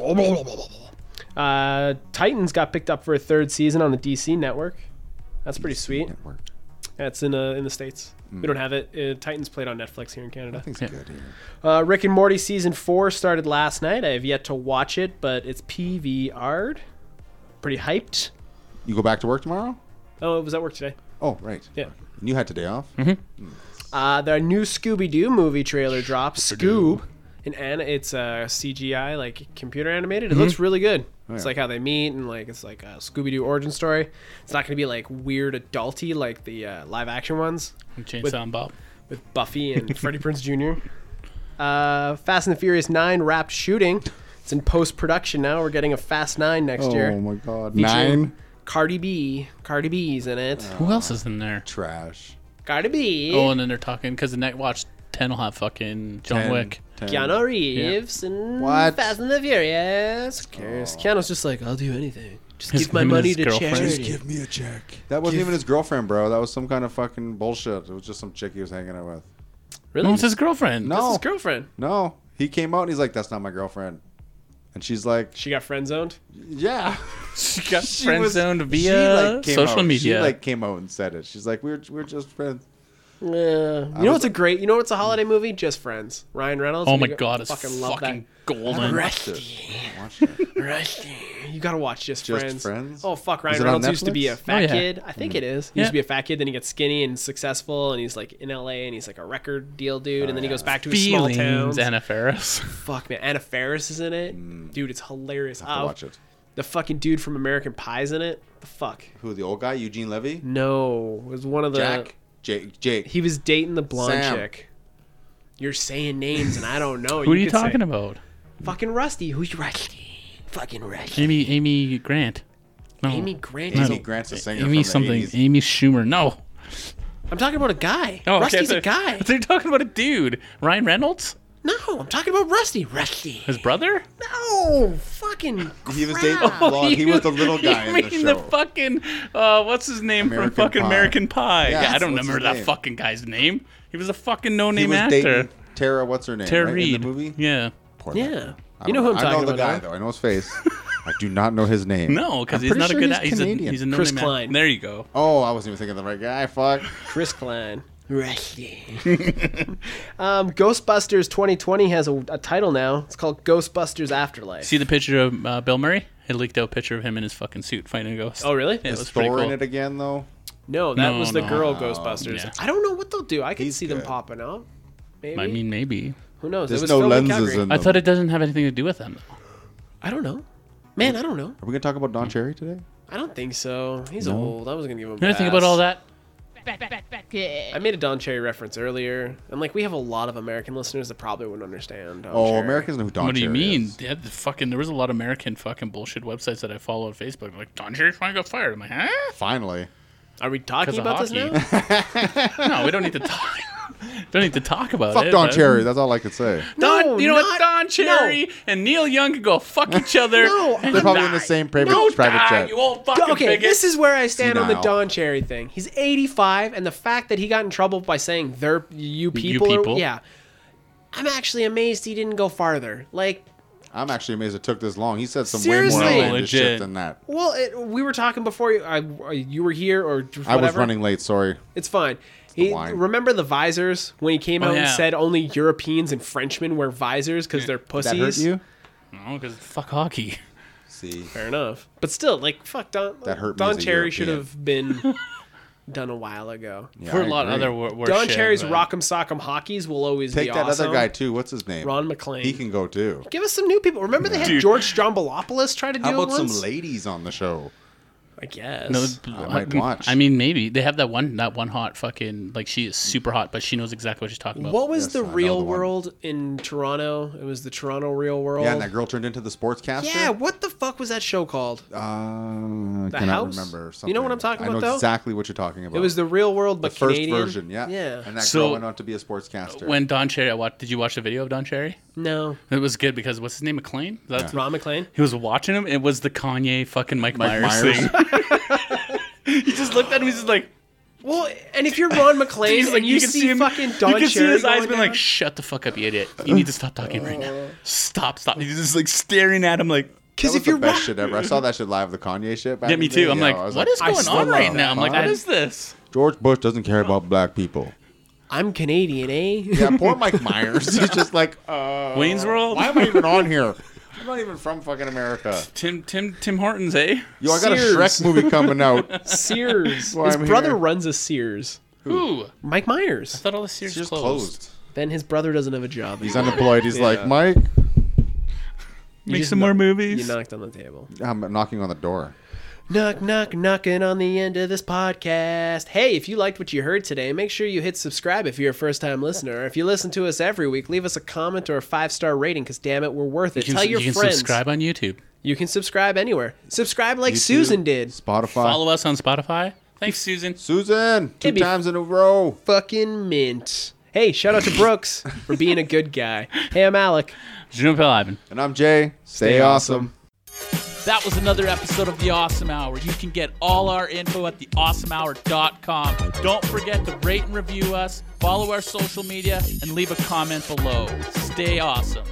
Uh, Titans got picked up for a third season on the DC network. That's pretty sweet. Network. That's in uh, in the states. We don't have it. Uh, Titans played on Netflix here in Canada. Things Yeah. good here. Uh, Rick and Morty season four started last night. I have yet to watch it, but it's PVR'd. Pretty hyped. You go back to work tomorrow? Oh, it was at work today. Oh, right. Yeah. Mm-hmm. And you had today off. Uh, the new Scooby Doo movie trailer dropped. Scoob. And Anna, it's uh, CGI, like computer animated. It looks really good. It's yeah. like how they meet, and like it's like a Scooby Doo origin story. It's not going to be like weird adulty like the uh, live action ones Chainsaw and Bob. with Buffy and Freddie Prince Jr. Uh, Fast and the Furious Nine wrapped shooting. It's in post production now. We're getting a Fast Nine next year. Oh my God. Featuring Nine. Cardi B. Cardi B's in it. Who else is in there? Trash. Cardi B. Oh, and then they're talking because the Night Watch Ten will have fucking John Ten, Wick. ten. Keanu Reeves and What? Fast and the Furious. Who cares? Keanu's just like, I'll do anything. Just His- give my him and money his to girlfriend. charity. Just me a check. That wasn't even his girlfriend, bro. That was some kind of fucking bullshit. It was just some chick he was hanging out with. No, really? it's his girlfriend. No. That's Oh. his girlfriend. No, he came out and he's like, "That's not my girlfriend," and she's like, She got friend zoned. "Yeah." she got She friend was- zoned she, via like, came social out- media. She like came out and said it. She's like, "We're we're just friends." Yeah. You know was- what's a great? You know what's a holiday movie? Just Friends. Ryan Reynolds. oh and my you go- god, it's fucking fucking, love golden. Watched it. Watched it. Rusty. You gotta watch Just, Just Friends. Friends? Oh fuck, Is Ryan it on Reynolds used to Netflix? be a fat yeah. kid. I think it is. He Yeah. used to be a fat kid, then he gets skinny and successful, and he's like in LA, and he's like a record deal dude, and then he goes back to his small town. Feelings, Anna Faris. fuck man, Anna Faris is in it. Dude, it's hilarious. I'll Oh, watch it. The fucking dude from American Pie's in it. The fuck. Who the old guy? Eugene Levy, No, it was one of the. Jack, Jake, Jake. Uh, He was dating the blonde Sam. chick. You're saying names, and I don't know. Who are you talking about? Fucking Rusty. Who's Rusty? Fucking Rusty. Amy Amy Grant. No. Amy Grant. is Amy a- Grant's a singer. Amy from the something. 80s. Amy Schumer. No. I'm talking about a guy. Oh, okay, Rusty's so- a guy. They're talking about a dude. Ryan Reynolds? No, I'm talking about Rusty. Rusty. His brother? No, fucking. He was dating crap. the blonde. He was the You- little guy you in the mean show. fucking uh, what's his name American from fucking Pie. American Pie? Yeah, Yeah, I that's- don't what's remember his that name? fucking guy's name. He was a fucking no he name was actor. dating Tara. What's her name? Tara right, Reid. in the movie. Yeah. Poor Yeah. guy. You I don't know who I'm I know talking the about, guy huh? though. I know his face. I do not know his name. No, because I'm he's pretty not sure a good he's actor. He's a, Canadian. he's a no Chris name Klein. actor. There you go. Oh, I wasn't even thinking of the right guy. Fuck. Chris Klein. Rusty. um, Ghostbusters 2020 has a, a title now. It's called Ghostbusters Afterlife. See the picture of uh, Bill Murray? A leaked out picture of him in his fucking suit fighting a ghost. oh, really? Yeah, it was Is pretty Thor in cool. it again though? No, that No, was the no. girl Ghostbusters. Yeah. I don't know what they'll do. I could He's see them good. popping out. Maybe. I mean, maybe. Who knows? It There's was no filmed in lenses Calgary. in. I them. thought it doesn't have anything to do with them. I don't know. Man, I don't know. Are we gonna talk about Hmm. Don Cherry today? I don't think so. He's old. I was gonna give him. a Anything pass. about all that? I made a Don Cherry reference earlier, and like we have a lot of American listeners that probably wouldn't understand. Don Oh, Cherry. Americans know who Don what do Cherry you mean? is. Yeah, the fucking there was a lot of American fucking bullshit websites that I follow on Facebook. Like Don Cherry finally got fired. I'm like, huh? Finally. Are we 'Cause of talking about this hockey. now? no, we don't need to talk. don't need to talk about it. Fuck Don but- Cherry. That's all I could say. Don, No, you know not- what? Don Cherry and Neil Young could go fuck each other. No, and They're probably in die. the same private Don't private die, jet. You old fucking okay, bigot. this is where I stand on the Senile. Don Cherry thing. He's 85, and the fact that he got in trouble by saying "their you people,", or- people? yeah, I'm actually amazed he didn't go farther. Like I'm actually amazed it took this long. He said some Seriously? way more No, outlandish legit. shit than that. Well, it, we were talking before you, I, uh, you were here, or whatever. I was running late. Sorry. It's fine. He, wine. remember the visors when he came Oh, out and yeah. said only Europeans and Frenchmen wear visors because they're That pussies. hurt you? no, because fuck hockey. See. Fair enough, but still, like fuck Don. That hurt me Don as a Cherry should European. have been done a while ago. Yeah, For I a lot of agree. other wor- worse Don shit, Cherry's but- Rock'em Sock'em Hockeys will always Take be that awesome. other guy too. What's his name? Ron McLean. He can go too. Give us some new people. Remember they had George Strombolopoulos try to do How it about once. some ladies on the show? I guess. No, I might watch. I mean, maybe they have that one, that one hot fucking like she is super hot, but she knows exactly what she's talking about. what was Yes, the I know real the one. world in Toronto? It was the Toronto Real World. Yeah, and that girl turned into the sportscaster. Yeah, what the fuck was that show called? Oh. Uh, I The cannot house? remember. You know what I'm something. talking I know about, though? Exactly what you're talking about. it was the Real World, but first Canadian. version. Yeah. Yeah. And that So- girl went on to be a sportscaster. When Don Cherry, I watched. Did you watch the video of Don Cherry? no, It was good because what's his name, McLean? That's Ron McLean. He was watching him. It was the Kanye fucking Mike, Mike Myers, Myers. thing. he just looked at him. He's just like, Well, and if you're Ron McLean, he's like, and you, can see, him. fucking Don you can Cherry see his eyes going being down- like, "Shut the fuck up, you idiot! You need to stop talking right now. Stop, stop." He's just like staring at him, like, that because was if you're the best Ron, shit ever. I saw that shit live, the Kanye shit. Back "Yeah, in me the day. too." I'm Yeah, like, I was "What is I going still on love right that now?" I'm like, "What pod. is this?" George Bush doesn't care about black people. I'm Canadian, eh? Yeah, poor Mike Myers. He's just like, uh, Wayne's World. why am I even on here? I'm not even from fucking America. Tim, Tim, Tim Hortons, eh? Yo, I got Sears. a Shrek movie coming out. Sears. Why his I'm brother here. runs a Sears. Ooh, I Mike Myers. thought all the series It's just closed. closed. Then his brother doesn't have a job. He's unemployed. He's like, Mike, Make just some kno- more You movies. knocked on the table. I'm knocking on the door. Knock, knock, knocking on the end of this podcast. Hey, if you liked what you heard today, make sure you hit subscribe if you're a first time listener. If you listen to us every week, leave us a comment or a five star rating because damn it, we're worth it. You can, Tell your you can friends. subscribe on YouTube. You can subscribe anywhere. Subscribe like YouTube, Susan did. Spotify. Follow us on Spotify. Thanks, Susan. Susan, two It'd be- times in a row. Fucking mint. Hey, shout out to Brooks for being a good guy. Hey, I'm Alec. Jim Phil Ivan. And I'm Jay. Stay, awesome. awesome. That was another episode of The Awesome Hour. You can get all our info at theawesomehour.com. Don't forget to rate and review us, follow our social media, and leave a comment below. Stay awesome.